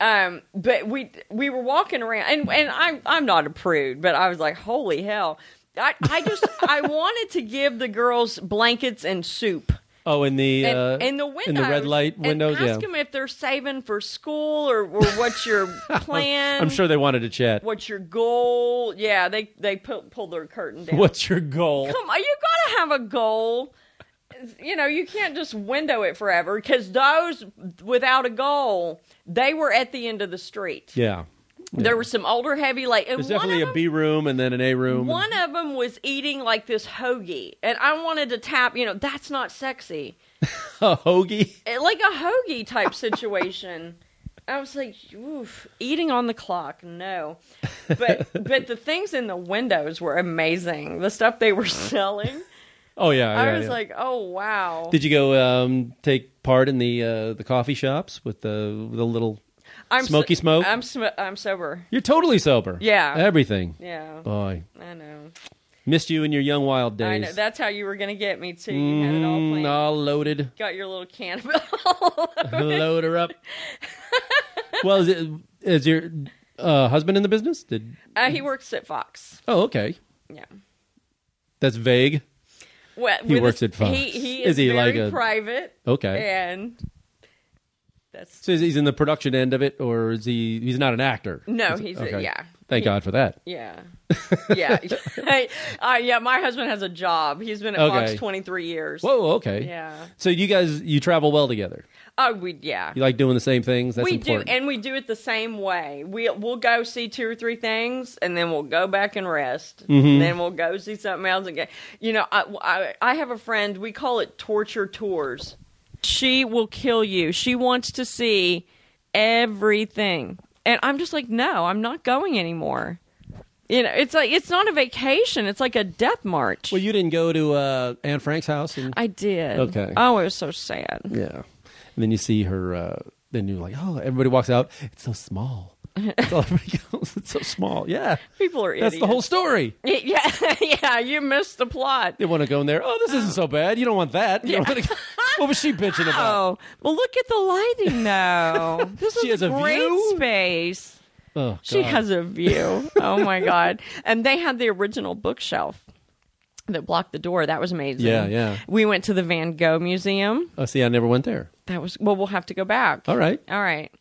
C: Um, but we we were walking around, and and I'm I'm not a prude, but I was like, holy hell! I I just I wanted to give the girls blankets and soup.
A: oh, in the
C: And,
A: uh,
C: and the windows,
A: in the red light
C: and
A: windows.
C: Ask
A: yeah,
C: them if they're saving for school or, or what's your plan.
A: I'm sure they wanted to chat.
C: What's your goal? Yeah, they they pull, pull their curtain down.
A: What's your goal?
C: Come on, you gotta have a goal. You know, you can't just window it forever because those without a goal, they were at the end of the street.
A: Yeah,
C: There were some older heavy like and
A: there's
C: one
A: definitely
C: of
A: a
C: them-
A: B room and then an A room.
C: One of them was eating like this hoagie, and I wanted to tap. You know, that's not sexy.
A: a hoagie.
C: It- eh, like a hoagie type situation. I was like, oof, eating on the clock, no. But but the things in the windows were amazing. The stuff they were selling.
A: Oh yeah,
C: I
A: yeah,
C: was
A: yeah.
C: like, oh wow.
A: Did you go um, take part in the uh, the coffee shops with the the little?
C: I'm
A: Smoky Smoke?
C: I'm sm- I'm sober.
A: You're totally sober.
C: Yeah.
A: everything.
C: Yeah.
A: Boy,
C: I know.
A: missed you in your young wild days.
C: I know. That's how you were gonna get me too. You had it all
A: Mm,
C: planned.
A: all loaded.
C: Got your little can of it.
A: Load her up. well, is, it, is your uh, husband in the business? Did
C: uh, he works at Fox.
A: oh okay,
C: Yeah.
A: that's vague.
C: Well,
A: He
C: with
A: works
C: his-
A: at Fox.
C: He, he
A: Is
C: is,
A: he
C: very
A: like a-
C: private
A: Okay,
C: and that's
A: so he's in the production end of it, or is he? He's not an actor.
C: No,
A: Is it-
C: he's
A: okay.
C: yeah,
A: Thank
C: He-
A: God for that.
C: yeah, yeah. I, I- yeah, my husband has a job. He's been at
A: Okay.
C: Fox twenty three years.
A: Whoa, okay.
C: Yeah.
A: So you guys you travel well together.
C: Oh, we yeah.
A: You like doing the same things. That's
C: we
A: important.
C: do, and we do it the same way. We we'll go see two or three things, and then we'll go back and rest.
A: Mm-hmm.
C: And then we'll go see something else again. You know, I, I I have a friend. We call it torture tours. She will kill you. She wants to see everything, and I'm just like, no, I'm not going anymore. You know, it's like it's not a vacation. It's like a death march.
A: well, you didn't go to uh, Anne Frank's house, and
C: I did.
A: Okay.
C: Oh, it was so sad.
A: yeah, and then you see her. Uh, then you're like, oh, everybody walks out. It's so small. That's all everybody goes. It's so small. Yeah,
C: People are
A: that's the whole
C: idiots.
A: story.
C: Yeah, yeah. You missed the plot.
A: They want to go in there. Oh, this isn't so bad. You don't want that. You don't wanna go- what was she bitching about?
C: Oh, well, look at the lighting, though. This
A: She
C: is
A: has a
C: great
A: view?
C: space.
A: Oh,
C: She
A: God.
C: has a view. Oh my god! And they had the original bookshelf that blocked the door. That was amazing.
A: Yeah, yeah.
C: We went to the Van Gogh Museum.
A: Oh, see, I never went there.
C: That was well. We'll have to go back.
A: All right.
C: All right.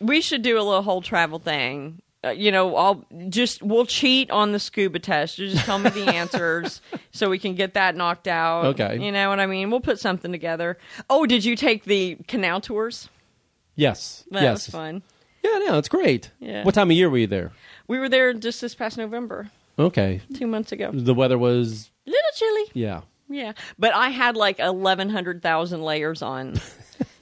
C: We should do a little whole travel thing. Uh, you know, I'll just we'll cheat on the scuba test. You just tell me the answers so we can get that knocked out.
A: Okay.
C: You know what I mean? We'll put something together. Oh, did you take the canal tours?
A: Yes.
C: That
A: yes.
C: was fun.
A: Yeah, no, it's great.
C: Yeah.
A: What time of year were you there?
C: We were there just this past November,
A: Okay.
C: two months ago.
A: The weather was
C: Little chilly.
A: yeah.
C: Yeah, but I had like eleven hundred thousand layers on.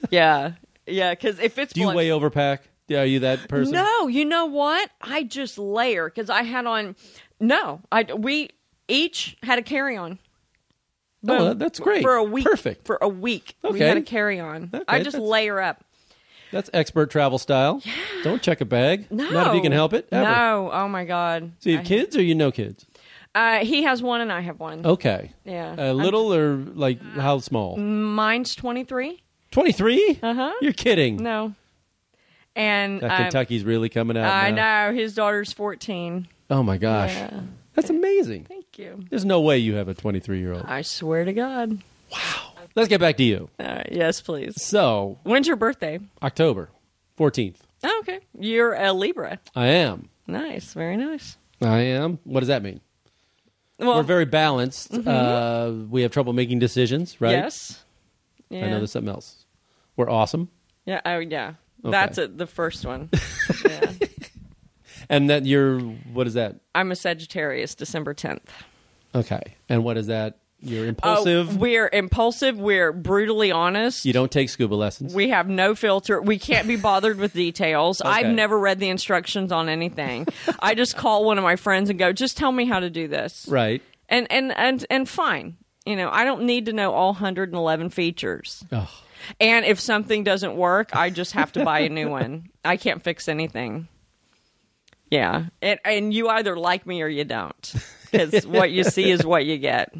C: yeah, yeah. Because if it's
A: Do you
C: blowing-
A: weigh overpack? Yeah, Are you that person?
C: No, you know what? I just layer because I had on. No, I we each had a carry on.
A: well, Oh, that's great.
C: For a week,
A: Perfect.
C: For a week, we
A: Okay.
C: had a carry on.
A: Okay,
C: I just
A: that's-
C: layer up.
A: That's expert travel style. Yeah. Don't check a bag.
C: No,
A: Not if you can help it. Ever.
C: No, oh my god.
A: So you have
C: I-
A: kids or you no kids?
C: Uh, he has one and I have one.
A: Okay.
C: Yeah.
A: Oh. A
C: I'm-
A: little or like how small?
C: mine's twenty three.
A: Twenty three?
C: Uh-huh.
A: You're kidding.
C: No, and
A: That
C: I'm-
A: Kentucky's really coming out.
C: I
A: now.
C: know his daughter's fourteen.
A: Oh my gosh.
C: Yeah.
A: That's amazing.
C: Thank you.
A: There's no way you have a 23 year old.
C: I swear to God.
A: Let's get back to you.
C: Uh, yes, please.
A: So,
C: When's your birthday?
A: October 14th.
C: Oh, okay. You're a Libra.
A: I am.
C: Nice. Very nice.
A: I am. What does that mean?
C: Well, mm-hmm.
A: We're very balanced. Uh, we have trouble making decisions, right?
C: Yes. Yeah.
A: I know there's something else. We're awesome.
C: Yeah. Oh, yeah.
A: Okay.
C: That's it, the first one. yeah.
A: And that you're, what is that?
C: I'm a Sagittarius, December 10th.
A: Okay. And what is that? You're
C: Oh,
A: impulsive.
C: we're impulsive. We're brutally honest.
A: you don't take scuba lessons.
C: We have no filter. We can't be bothered with details. I've
A: Okay.
C: never read the instructions on anything. I just call one of my friends and go, just tell me how to do this.
A: right.
C: and and and and fine you know i don't need to know all 111 features
A: Ugh.
C: and if something doesn't work i just have to buy a new one i can't fix anything Yeah. And, and you either like me or you don't. Because what you see is what you get.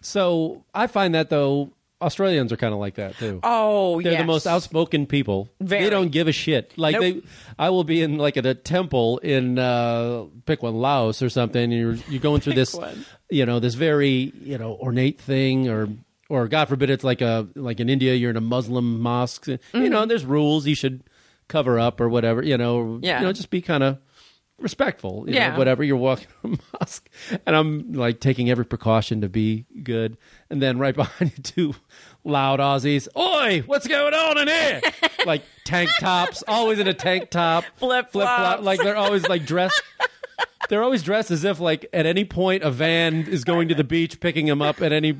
A: So I find that though Australians are kind of like that too.
C: Oh,
A: They're
C: yes.
A: the most outspoken people. They
C: Very.
A: don't give a shit. Like
C: Nope.
A: they, I will be in like at a temple in uh, pick one Laos or something. And you're you're going through this,
C: one.
A: you know, this very you know ornate thing, or or God forbid it's like a like in India you're in a Muslim mosque.
C: Mm-hmm.
A: You know, there's rules you should cover up or whatever. You know,
C: Yeah.
A: you know, just be kind of respectful. You know,
C: Yeah.
A: whatever you're walking a mosque, and I'm like taking every precaution to be good, and then right behind you two loud Aussies, oi, what's going on in here? like tank tops, always in a tank top,
C: Flip-flops.
A: flop, like they're always like dressed. They're always dressed as if like at any point a van is going to the beach picking them up at any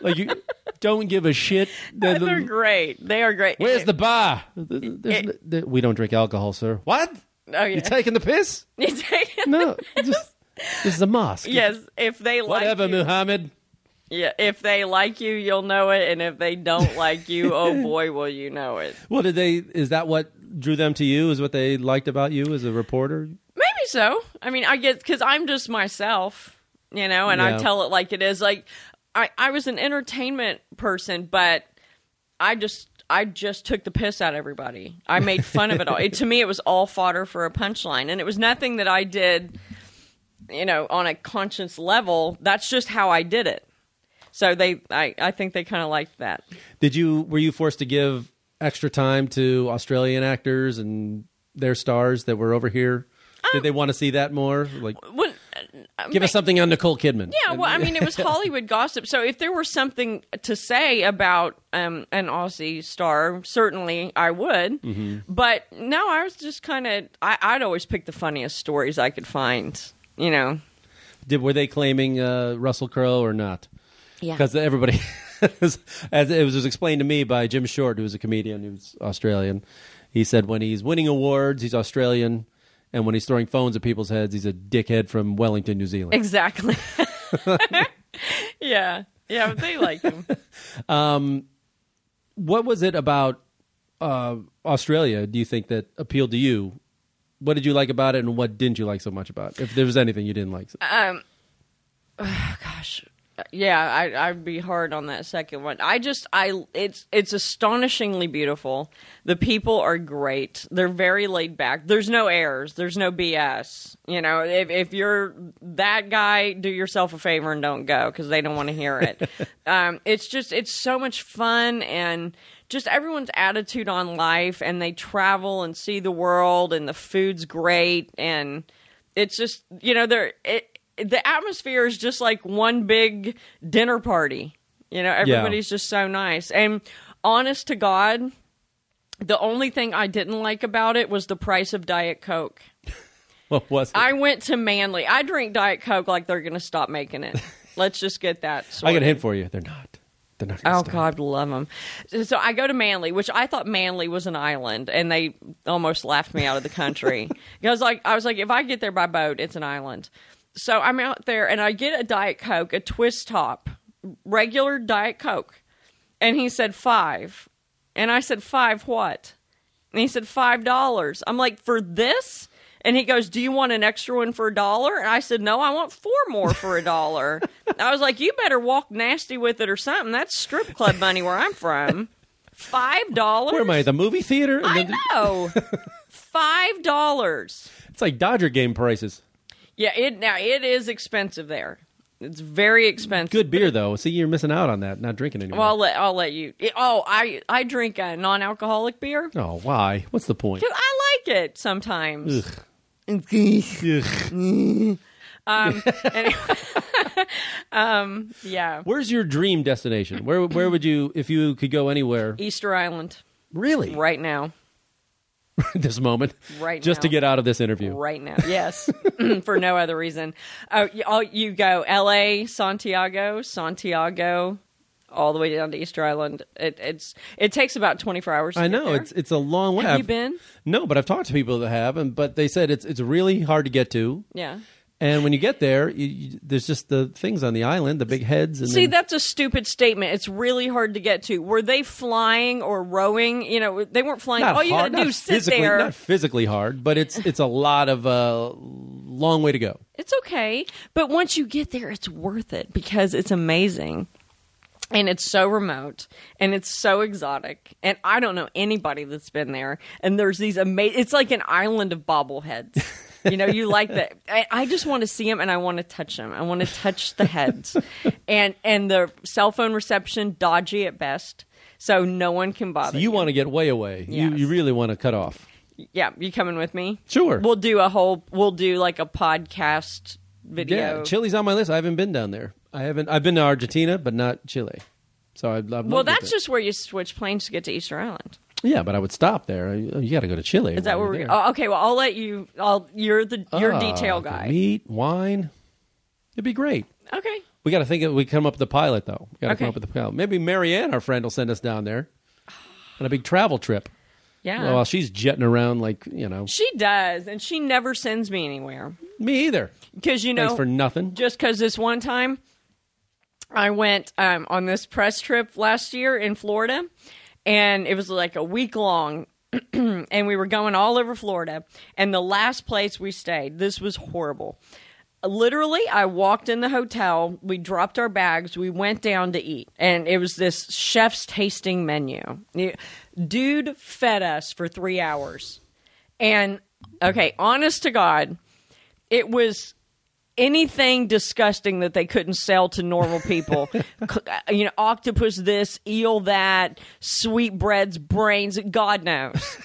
A: like you don't give a shit. They're the-
C: They're great. They are great.
A: Where's the bar? There's no- there- we don't drink alcohol, sir. What?
C: Oh, yeah.
A: You taking the piss? No, just this is a mosque.
C: yes. If they like
A: Whatever,
C: you,
A: Muhammad.
C: yeah, if they like you, you'll know it, and if they don't like you, oh boy, will you know it.
A: Well, did they? Is that what drew them to you? Is what they liked about you as a reporter?
C: Maybe so. I mean, I guess because I'm just myself, you know, and
A: Yeah.
C: I tell it like it is. Like I, I was an entertainment person, but I just. I just took the piss out of everybody. I made fun of it all. It, to me, it was all fodder for a punchline, and it was nothing that I did, you know, on a conscience level. That's just how I did it. So they, I, I think they kind of liked that.
A: Did you? Were you forced to give extra time to Australian actors and their stars that were over here? Did they want to see that more? Like,
C: When,
A: give us something on Nicole Kidman.
C: Yeah, well, I mean, it was Hollywood gossip. So if there was something to say about um, an Aussie star, certainly I would. But no, I was just kind of, I'd always pick the funniest stories I could find, you know.
A: Did were they claiming uh, Russell Crowe or not?
C: Yeah.
A: because everybody as it was explained to me by jim short who's a comedian who's australian he said when he's winning awards he's australian and when he's throwing phones at people's heads he's a dickhead from wellington new zealand
C: Exactly. yeah. Yeah, but they like him.
A: what was it about uh, australia do you think that appealed to you what did you like about it and what didn't you like so much about it if there was anything you didn't like
C: Uh, gosh yeah I, i'd be hard on that second one i just i it's it's astonishingly beautiful the people are great they're very laid back there's no airs there's no bs you know if, if you're that guy do yourself a favor and don't go because they don't want to hear it um, it's just it's so much fun and just everyone's attitude on life and they travel and see the world and the food's great and it's just you know there it the atmosphere is just like one big dinner party you know everybody's just so nice and honest to god the only thing i didn't like about it was the price of diet coke
A: what was it?
C: i went to manly i drink diet coke like they're gonna stop making it let's just get that
A: I got
C: sorted.
A: a hint for you they're not they're not gonna
C: Oh
A: stop.
C: God, love them. So I go to Manly, which I thought Manly was an island, and they almost laughed me out of the country. I was like, I was like, if I get there by boat, it's an island. So I'm out there, and I get a diet coke, a twist top, regular diet coke, and he said five, and I said five what? And he said five dollars. I'm like, for this? And he goes, Do you want an extra one for a dollar? And I said, No, I want four more for a dollar. I was like, You better walk nasty with it or something. That's strip club money where I'm from. Five dollars?
A: where am i at the movie theater And
C: I
A: then-
C: know. Five dollars.
A: it's like dodger game prices
C: Yeah, it now it is expensive there. It's very expensive.
A: good beer though see you're missing out on that not drinking anymore
C: Well, I'll let I'll let you. Oh, I I drink a non-alcoholic beer.
A: Oh, why? What's the point?
C: I like it sometimes.
A: Ugh.
C: Anyway. um, yeah.
A: Where's your dream destination? Where where would you if you could go anywhere?
C: Easter Island
A: Really?
C: right now.
A: this moment.
C: Right
A: Just to
C: now.
A: get out of this interview.
C: Right now. Yes. For no other reason. Oh, you, all, you go LA, Santiago, Santiago, all the way down to Easter Island. It, it's it takes about 24 hours. To
A: I
C: get
A: know
C: there.
A: it's it's a long way.
C: Have you
A: I've-
C: been?
A: No, but I've talked to people that have and but they said it's it's really hard to get to
C: Yeah.
A: And when you get there, you, you, there's just the things on the island, the big heads. And
C: See,
A: then-
C: that's a stupid statement. It's really hard to get to. Were they flying or rowing? You know, they weren't flying.
A: not
C: All you
A: hard,
C: gotta do
A: not
C: is sit
A: physically,
C: there.
A: Not physically hard, but it's it's a lot of uh, long way to go.
C: It's okay. But once you get there, it's worth it because it's amazing. And it's so remote and it's so exotic. And I don't know anybody that's been there. And there's these amazing, it's like an island of bobbleheads. You know, you like that. I, I just want to see them and I want to touch them. I want to touch the heads. and and the cell phone reception, dodgy at best. So no one can bother.
A: You want to get way away. You,
C: Yes.
A: you really want to cut off.
C: Yeah, you coming with me?
A: Sure.
C: We'll do a whole, we'll do like a podcast video.
A: yeah, Chile's on my list. I haven't been down there. I haven't. I've been to Argentina, but not Chile. So I'd, I'd
C: Well, that's just where you switch planes to get to Easter Island.
A: yeah, but I would stop there. You, got to go to Chile.
C: Is that where we're? Oh, okay. Well, I'll let you. I'll. You're the you're detail guy.
A: Ah, Meat, wine. It'd be great.
C: Okay.
A: We got to think. Of, we come up with the pilot though. We got to
C: Okay.
A: come up with the pilot. Maybe Marianne, our friend, will send us down there on a big travel trip.
C: Yeah.
A: While she's jetting around like you know
C: she does, and she never sends me anywhere
A: me either.
C: because you know
A: Thanks for nothing.
C: just because this one time I went um, on this press trip last year in Florida, and it was like a week long. and we were going all over Florida. And the last place we stayed, this was horrible. Literally, I walked in the hotel, we dropped our bags, we went down to eat. And it was this chef's tasting menu. You- Dude fed us for three hours. And okay, honest to God, it was anything disgusting that they couldn't sell to normal people. C- you know, octopus this, eel that, sweetbreads, brains, God knows.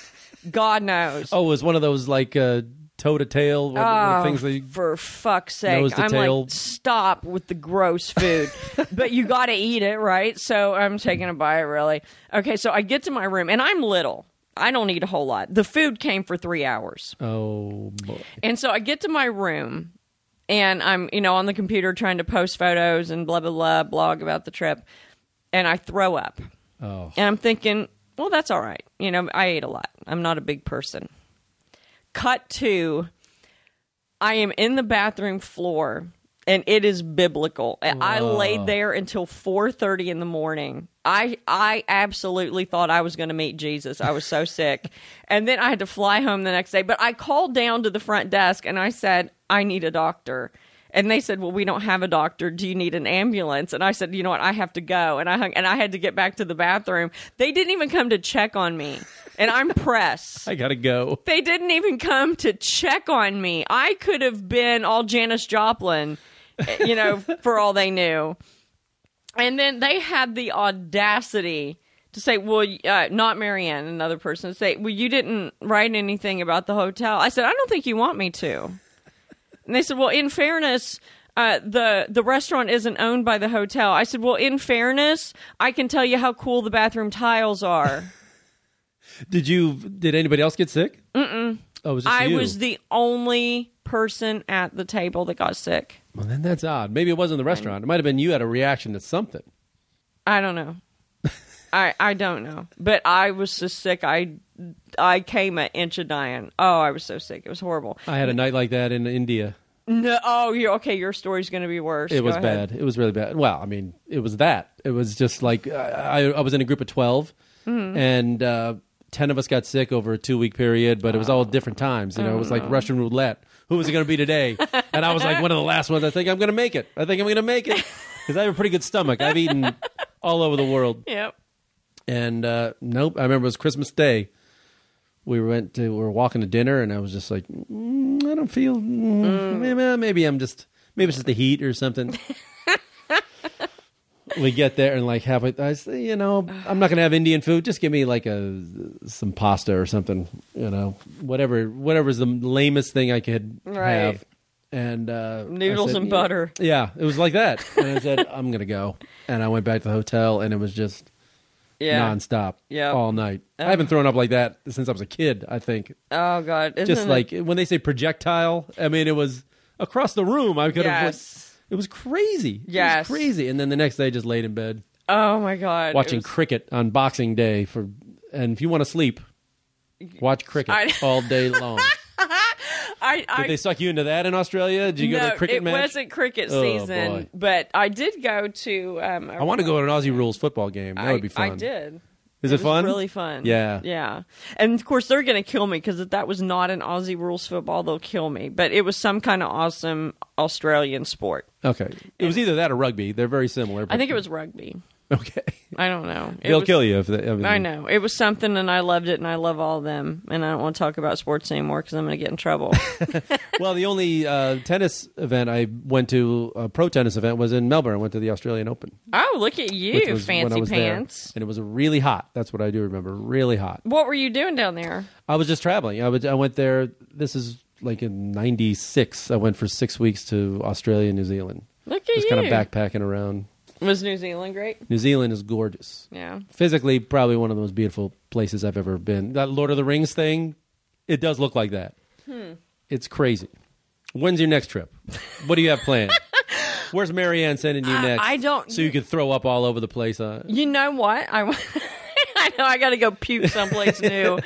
C: God knows.
A: Oh, it was one of those like uh, toe to tail one
C: Oh.
A: one of the things that you,
C: for fuck's sake.
A: Nose to
C: I'm
A: tail.
C: like, stop with the gross food. but you got to eat it, right? So I'm taking a bite, really. Okay, so I get to my room, and I'm little. I don't eat a whole lot. The food came for three hours.
A: Oh boy.
C: And so I get to my room and I'm, you know, on the computer trying to post photos and blah, blah, blah, blog about the trip. And I throw up.
A: Oh.
C: And I'm thinking, well, that's all right. You know, I ate a lot. I'm not a big person. Cut to I am in the bathroom floor and it is biblical. And I laid there until 4:30 in the morning. I I absolutely thought I was going to meet Jesus. I was so sick. And then I had to fly home the next day, but I called down to the front desk and I said, "I need a doctor." And they said, "Well, we don't have a doctor. Do you need an ambulance?" And I said, "You know what? I have to go." And I hung, and I had to get back to the bathroom. They didn't even come to check on me, and I'm pressed.
A: I gotta go.
C: They didn't even come to check on me. I could have been all Janis Joplin, eh, you know, for all they knew. And then they had the audacity to say, "Well, y- uh, not Marianne, another person." Say, "Well, you didn't write anything about the hotel." I said, "I don't think you want me to." And they said, "Well, in fairness." Uh, the the restaurant isn't owned by the hotel. I said, well, in fairness, I can tell you how cool the bathroom tiles are.
A: Did you? Did anybody else get sick? Mm-mm. Oh, it was just
C: I
A: you.
C: was the only person at the table that got sick.
A: Well, then that's odd. Maybe it wasn't the restaurant. It might have been you had a reaction to something.
C: I don't know. I I don't know. But I was so sick. I I came an inch of dying. Oh, I was so sick. It was horrible.
A: I had a night like that in India.
C: No. Oh, you okay? Your story's going to be worse.
A: It
C: Go
A: was
C: ahead.
A: bad. It was really bad. Well, I mean, it was that. It was just like I, I I was in a group of 12
C: Mm-hmm.
A: and uh, ten of us got sick over a two week period, but it was all different times. You know, it was
C: Mm.
A: like Russian roulette. Who was it going to be today? and I was like one of the last ones. I think I'm going to make it. I think I'm going to make it because I have a pretty good stomach. I've eaten all over the world.
C: Yep.
A: And uh, nope, I remember it was Christmas Day. We went to we were walking to dinner, and I was just like, mm, I don't feel. Mm, Maybe, maybe I'm just maybe it's just the heat or something. we get there and like halfway, I say, you know, I'm not gonna have Indian food. Just give me like a some pasta or something, you know, whatever whatever's the lamest thing I could
C: Right.
A: have. And uh, I
C: Noodles
A: said,
C: and
A: "Yeah."
C: butter.
A: Yeah, it was like that. And I said, I'm gonna go, and I went back to the hotel, and it was just
C: Yeah.
A: nonstop
C: Yeah. Um,
A: all night. I haven't thrown up like that since I was a kid, I think.
C: oh God. Isn't
A: Just
C: it-
A: like when they say projectile, I mean, it was across the room. I could have.
C: Yes.
A: Like, it was crazy. It was
C: Yes.
A: crazy. And then the next day, just laid in bed
C: Oh my God. It
A: watching
C: was-
A: cricket on Boxing Day. for. And if you want to sleep, watch cricket
C: I-
A: all day long.
C: I, I
A: Did they suck you into that in Australia? Did you
C: no,
A: go to a cricket
C: it
A: match?
C: wasn't cricket
A: Oh,
C: season,
A: boy.
C: but I did go to. Um,
A: I want to go to an Aussie rules football game. That would be fun.
C: I did.
A: Is
C: it
A: it,
C: was
A: fun?
C: Really fun.
A: Yeah.
C: Yeah. And of course, they're going to kill me because if that was not an Aussie rules football, they'll kill me. But it was some kind of awesome Australian sport.
A: Okay. It was either that or rugby. They're very similar.
C: I think it was rugby.
A: was okay.
C: I don't know. It
A: They'll
C: was-
A: kill you if they. I, mean,
C: I know. It was something, and I loved it, and I love all of them. And I don't want to talk about sports anymore because I'm going to get in trouble.
A: Well, the only uh, tennis event I went to, a pro tennis event, was in Melbourne. I went to the Australian Open.
C: oh, look at
A: which
C: you,
A: was when I
C: fancy
A: was there.
C: pants.
A: and it was really hot. That's what I do remember. Really hot.
C: What were you doing down there?
A: I was just traveling. I, would, I went there. This is like in '96. I went for six weeks to Australia, and New Zealand.
C: Look at
A: Just
C: you.
A: kind of backpacking around.
C: Was New Zealand great?
A: New Zealand is gorgeous.
C: Yeah.
A: Physically, probably one of the most beautiful places I've ever been. That Lord of the Rings thing, it does look like that.
C: Hmm.
A: It's crazy. When's your next trip? What do you have planned? Where's Marianne sending you next?
C: Uh, I don't-
A: So you could throw up all over the place. Uh,
C: You know what? I, I know I got to go puke someplace new.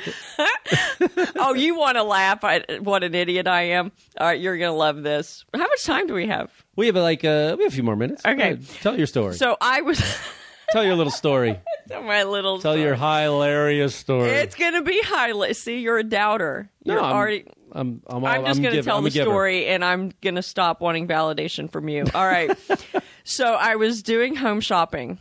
C: oh, you want to laugh at what an idiot I am? All right, you're going to love this. How much time do we have?
A: we have like uh, we have a few more minutes.
C: Okay.
A: Go ahead. tell your story.
C: So I was
A: tell your little story.
C: my little.
A: Tell your hilarious story.
C: It's going to be highlight. See, you're a doubter.
A: no,
C: you're
A: I'm,
C: already.
A: I'm, I'm,
C: I'm just going to
A: giving-
C: tell
A: I'm a
C: the
A: giver.
C: story, and I'm going to stop wanting validation from you. All right. so I was doing home shopping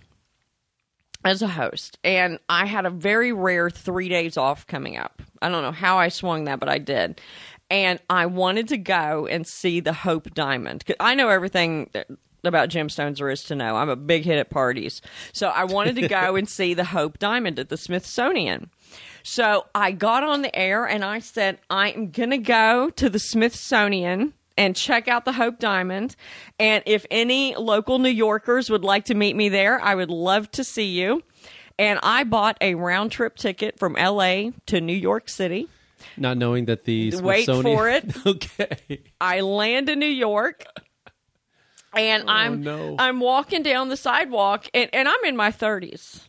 C: as a host, and I had a very rare three days off coming up. I don't know how I swung that, but I did. And I wanted to go and see the Hope Diamond. 'Cause I know everything that- about gemstones there is to know. I'm a big hit at parties. So I wanted to go and see the Hope Diamond at the Smithsonian. So I got on the air and I said, I'm going to go to the Smithsonian and check out the Hope Diamond. And if any local New Yorkers would like to meet me there, I would love to see you. And I bought a round trip ticket from LA to New York City.
A: Not knowing that the
C: Wait
A: Smithsonian-
C: for it.
A: okay.
C: I land in New York. And I'm
A: Oh, no.
C: I'm walking down the sidewalk and, and I'm in my 30s.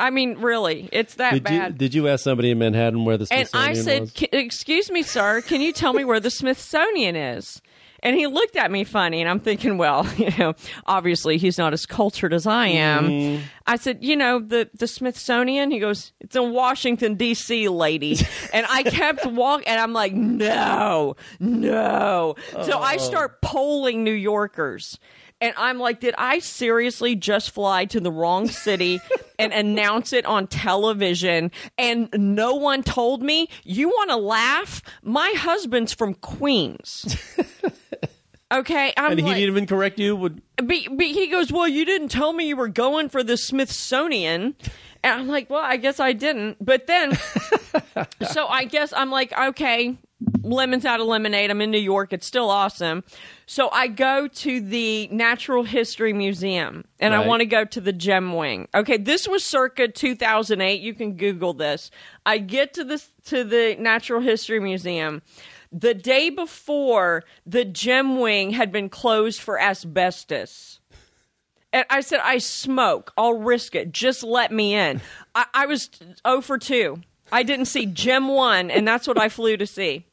C: I mean, really, it's that
A: Did
C: bad.
A: you did you ask somebody in Manhattan where the
C: And
A: Smithsonian
C: I said,
A: was?
C: "C- "Excuse me, sir, can you tell me where the Smithsonian is?" And he looked at me funny, and I'm thinking, well, you know, obviously he's not as cultured as I am. I said, you know, the, the Smithsonian. He goes, it's in Washington D.C., lady. and I kept walking, and I'm like, no, no. So I start polling New Yorkers, and I'm like, did I seriously just fly to the wrong city and announce it on television? And no one told me. You want to laugh? My husband's from Queens. Okay, I'm
A: and he
C: like,
A: didn't even correct you. Would
C: but, but he goes, Well, you didn't tell me you were going for the Smithsonian. And I'm like, Well, I guess I didn't. But then, so I guess I'm like, Okay, lemon's out of lemonade. I'm in New York. It's still awesome. So I go to the Natural History Museum and I
A: Right.
C: want to go to the gem wing. Okay, this was circa 2008. You can Google this. I get to this to the Natural History Museum. The day before, the gem wing had been closed for asbestos. And I said, I smoke. I'll risk it. Just let me in. I, I was 0 for 2. I didn't see Gem 1, and that's what I flew to see.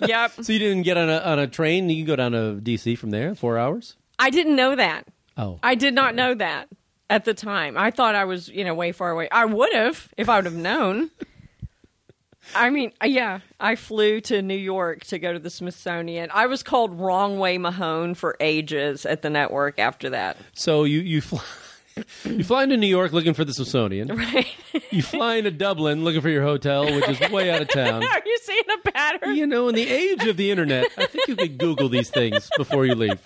C: Yep.
A: so you didn't get on a on a train? You can go down to D.C. from there, four hours.
C: I didn't know that.
A: Oh,
C: I did not know that at the time. I thought I was, you know, way far away. I would have if I would have known. I mean, uh, yeah, I flew to New York to go to the Smithsonian. I was called Wrong Way Mahone for ages at the network after that.
A: so you you fly. You fly into New York looking for the Smithsonian. Right. You fly into Dublin looking for your hotel, which is way out of town.
C: Are you seeing a pattern?
A: You know, in the age of the internet, I think you could Google these things before you leave.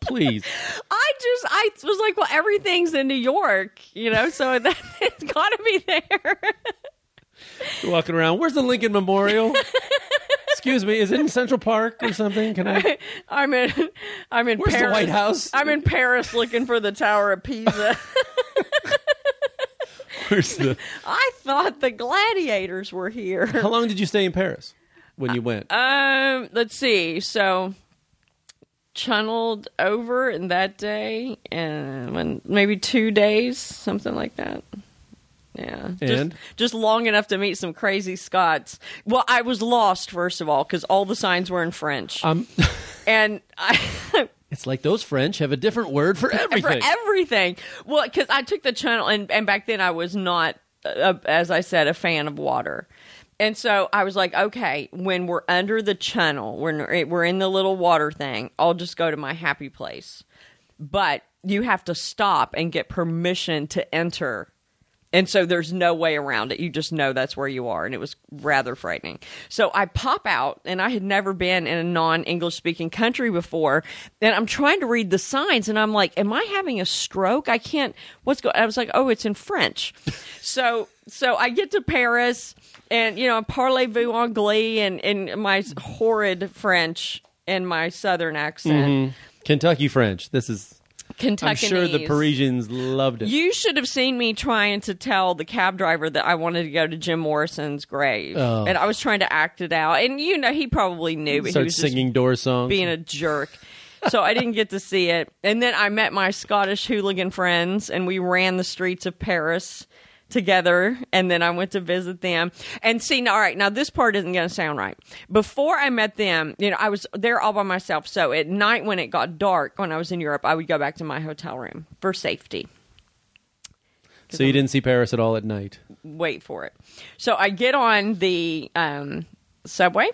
A: Please.
C: I just I was like, well, everything's in New York, you know, so that, it's got to be there.
A: walking around. Where's the Lincoln Memorial? Excuse me, is it in Central Park or something? Can I?
C: I'm in I'm in
A: Where's the
C: Paris.
A: White House?
C: I'm in Paris looking for the Tower of Pisa.
A: Where's the?
C: I thought the gladiators were here.
A: How long did you stay in Paris when you went?
C: Um, let's see. So channeled over in that day and when maybe 2 days, something like that. Yeah.
A: And?
C: Just, just long enough to meet some crazy Scots. Well, I was lost, first of all, because all the signs were in French.
A: Um,
C: and I.
A: it's like those French have a different word for everything.
C: For everything. Well, because I took the channel, and, and back then I was not, uh, as I said, a fan of water. And so I was like, okay, when we're under the channel, when we're in the little water thing, I'll just go to my happy place. But you have to stop and get permission to enter. And so there's no way around it. You just know that's where you are. And it was rather frightening. So I pop out, and I had never been in a non English speaking country before. And I'm trying to read the signs, and I'm like, Am I having a stroke? I can't. What's going I was like, Oh, it's in French. so so I get to Paris, and, you know, parlez-vous anglais and in my horrid French and my southern accent.
A: Kentucky French. This is.
C: Kentucky.
A: Mm-hmm. I'm sure the Parisians loved it.
C: You should have seen me trying to tell the cab driver that I wanted to go to Jim Morrison's grave,
A: Oh.
C: and I was trying to act it out. And you know, he probably knew, but he
A: Start
C: was just
A: singing Doors songs.
C: being a jerk. So I didn't get to see it. And then I met my Scottish hooligan friends, and we ran the streets of Paris together. And then I went to visit them. And see, now, all right, now this part isn't going to sound right. Before I met them, you know, I was there all by myself. So at night when it got dark, when I was in Europe, I would go back to my hotel room for safety.
A: so you didn't see Paris at all at night.
C: Wait for it. So I get on the um, subway.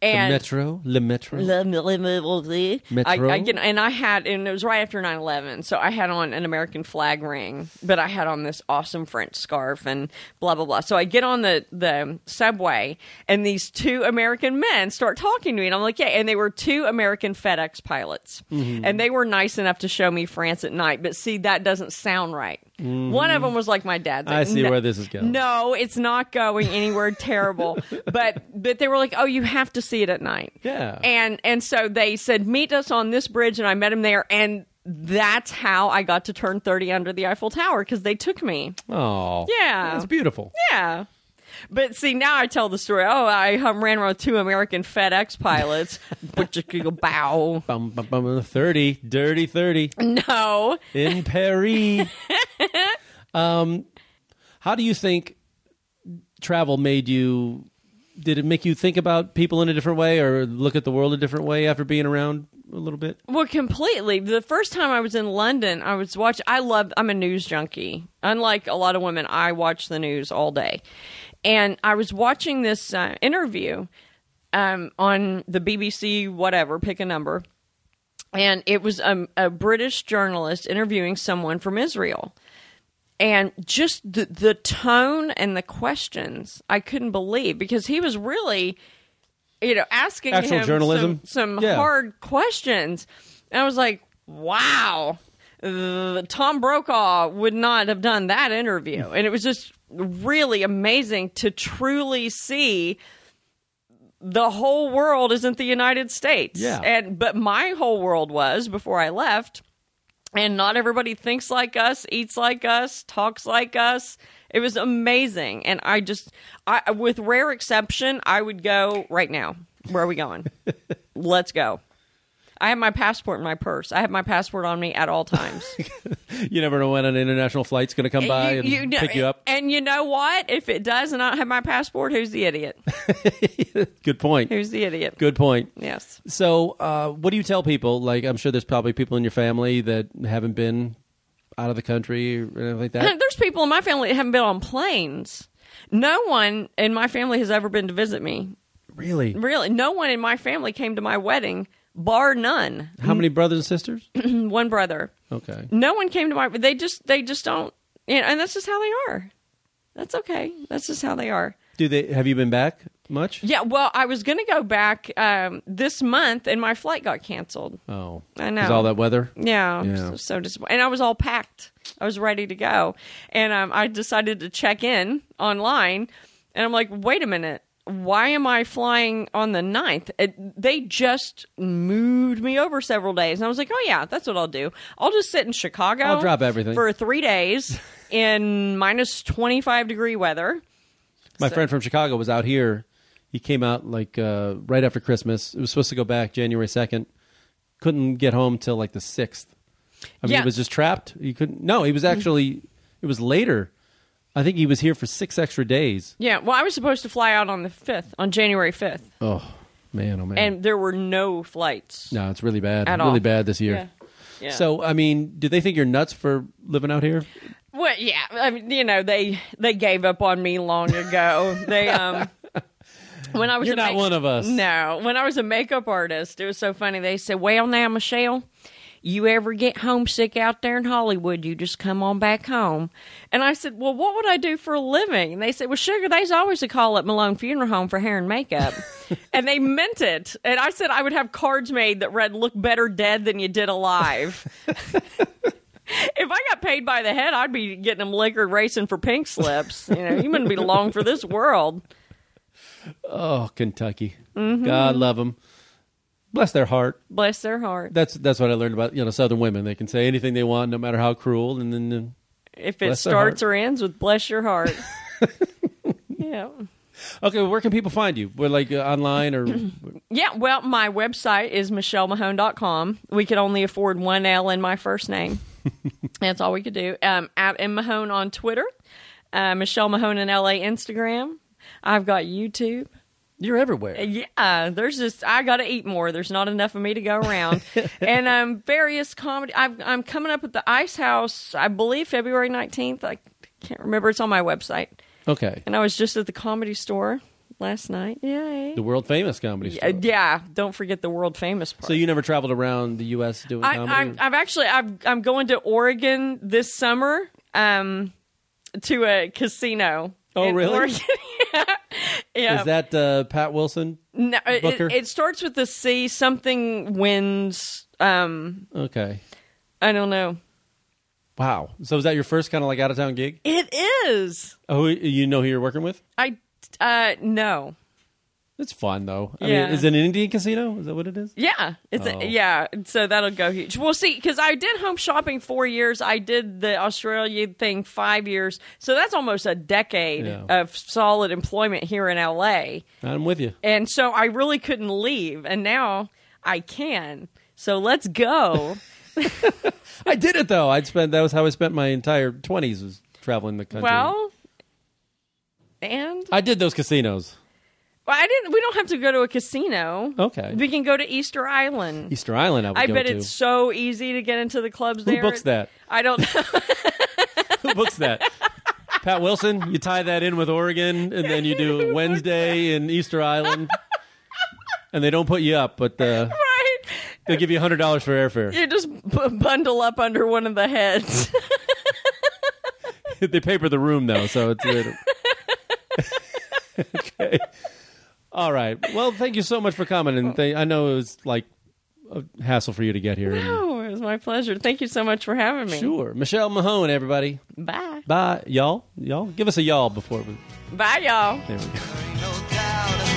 C: And
A: the metro, le metro.
C: Blah, blah, blah, blah, blah. I,
A: Metro?
C: I get, and I had, and it was right after 9 11, so I had on an American flag ring, but I had on this awesome French scarf and blah, blah, blah. So I get on the, the subway, and these two American men start talking to me, and I'm like, yeah. And they were two American FedEx pilots,
A: Mm-hmm.
C: and they were nice enough to show me France at night, but see, that doesn't sound right. One of them was like my dad.
A: Mm-hmm. I see where this is going.
C: No, it's not going anywhere terrible. But but they were like, oh, you have to see it at night.
A: Yeah.
C: And and so they said, meet us on this bridge, and I met him there, and that's how I got to turn thirty under the Eiffel Tower because they took me.
A: Oh,
C: Yeah.
A: it's beautiful.
C: Yeah. But see, now I tell the story. Oh, I um, ran around with two American FedEx pilots. bow.
A: Bum, bum, bum, thirty, dirty thirty
C: No.
A: in Paris. um, how do you think travel made you? Did it make you think about people in a different way, or look at the world a different way after being around a little bit?
C: Well, completely. The first time I was in London, I was watching. I love. I'm a news junkie. Unlike a lot of women, I watch the news all day, and I was watching this uh, interview um, on the BBC, whatever, pick a number, and it was um, a British journalist interviewing someone from Israel, and just the the tone and the questions, I couldn't believe because he was really you know, asking
A: Actual
C: him
A: journalism?
C: some, some
A: Yeah.
C: hard questions. And I was like, wow, Uh, Tom Brokaw would not have done that interview. And it was just really amazing to truly see the whole world isn't the United States.
A: Yeah.
C: And but my whole world was before I left. And not everybody thinks like us, eats like us, talks like us. It was amazing. And I just I with rare exception, I would go right now. Where are we going? Let's go. I have my passport in my purse. I have my passport on me at all times.
A: You never know when an international flight's going to come by and
C: know-
A: pick you up.
C: And you know what? If it does and I don't have my passport, who's the idiot?
A: Good point.
C: Who's the idiot?
A: Good point.
C: Yes.
A: So, uh, what do you tell people? Like, I'm sure there's probably people in your family that haven't been out of the country or anything like that.
C: There's people in my family that haven't been on planes. No one in my family has ever been to visit me.
A: really?
C: Really, no one in my family came to my wedding, bar none.
A: How many brothers and sisters?
C: One brother.
A: Okay.
C: No one came to my. They just they just don't. You know, and that's just how they are. That's okay. That's just how they are.
A: Do they? Have you been back much?
C: Yeah. Well, I was going to go back um, this month, and my flight got canceled.
A: Oh,
C: I know.
A: 'Cause all that weather.
C: Yeah, I'm
A: Yeah.
C: So, so disappointed. And I was all packed. I was ready to go, and um, I decided to check in online, and I'm like, wait a minute. Why am I flying on the 9th? It, they just moved me over several days. And I was like, oh, yeah, that's what I'll do. I'll just sit in Chicago.
A: I'll drop everything.
C: For three days in minus 25 degree weather.
A: My friend from Chicago was out here. He came out like uh, right after Christmas. It was supposed to go back January second. Couldn't get home till like the sixth. I mean,
C: Yeah.
A: he was just trapped. He couldn't. No, he was actually. It was later. I think he was here for six extra days.
C: Yeah. Well, I was supposed to fly out on the 5th, on January 5th,
A: Oh man, oh man.
C: and there were no flights.
A: no, it's really bad.
C: At
A: really
C: all.
A: bad this year.
C: Yeah. Yeah.
A: So I mean, do they think you're nuts for living out here?
C: Well, yeah, I mean, you know, they they gave up on me long ago. they um when I was
A: You're
C: a
A: not one of us.
C: No, when I was a makeup artist, it was so funny. They said, "Well, now Michelle, you ever get homesick out there in Hollywood? You just come on back home." And I said, "Well, what would I do for a living?" And they said, "Well, sugar, there's always a call at Malone Funeral Home for hair and makeup." and they meant it. And I said I would have cards made that read, "Look better dead than you did alive." if I got paid by the head, I'd be getting them liquored racing for pink slips. You know, you wouldn't be long for this world.
A: Oh, Kentucky.
C: Mm-hmm.
A: God love them. Bless their heart.
C: Bless their heart.
A: That's that's what I learned about you know Southern women. They can say anything they want, no matter how cruel, and then. then
C: If it
A: Bless their
C: starts
A: heart.
C: or ends with bless your heart. yeah.
A: Okay, where can people find you? We're like uh, online or
C: Yeah, well, my website is michellemahone.com. We could only afford one L in my first name. That's all we could do. Um, at M Mahone on Twitter, uh, Michelle Mahone in LA Instagram. I've got YouTube.
A: you're everywhere.
C: Yeah, there's just I got to eat more. There's not enough of me to go around, and um, various comedy. I've, I'm coming up at the Ice House, I believe February 19th. I can't remember. It's on my website,
A: Okay,
C: and I was just at the Comedy Store last night. Yay!
A: the world famous comedy
C: Yeah,
A: store.
C: yeah, don't forget the world famous part.
A: So you never traveled around the U.S. doing
C: I,
A: comedy?
C: I'm, I've actually I'm, I'm going to Oregon this summer um, to a casino.
A: Oh,
C: in
A: really?
C: Oregon. yeah.
A: Is that uh, Pat Wilson?
C: No, it,
A: Booker?
C: it, it starts with the C. Something wins. Um,
A: Okay.
C: I don't know.
A: Wow. So was that your first kind of like out of town gig?
C: It is.
A: Oh, you know who you're working with?
C: I uh no.
A: It's fun though. I
C: Yeah.
A: mean, is it an Indian casino? Is that what it is?
C: Yeah, it's
A: Oh.
C: a, yeah. So that'll go huge. We'll see, because I did home shopping four years. I did the Australia thing five years. So that's almost a decade
A: Yeah.
C: of solid employment here in LA.
A: I'm with you.
C: And so I really couldn't leave, and now I can. So let's go.
A: I did it though. I'd spent that was how I spent my entire 20s was traveling the country.
C: well, and
A: I did those casinos.
C: Well, I didn't. We don't have to go to a casino.
A: Okay.
C: We can go to Easter Island.
A: Easter Island I would
C: I
A: go
C: bet
A: to.
C: it's so easy to get into the clubs
A: Who
C: there.
A: books that?
C: I don't.
A: Who books that? Pat Wilson, you tie that in with Oregon and then you do Wednesday in Easter Island. And they don't put you up, but uh,
C: right?
A: they'll give you $100 for airfare.
C: You just b- bundle up under one of the heads.
A: they paper the room though, so it's okay. All right. Well, thank you so much for coming, and th- I know it was like a hassle for you to get here. and-
C: oh, it was my pleasure. Thank you so much for having me.
A: Sure, Michelle Mahone, everybody.
C: Bye.
A: Bye, y'all. Y'all, give us a y'all before we.
C: Bye, y'all.
A: There we go.
B: No doubt.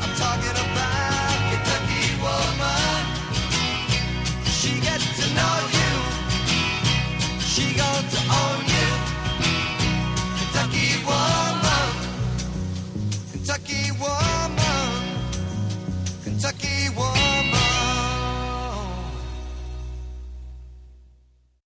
B: I'm talking about Kentucky woman. She gets to know you. She goes to own you.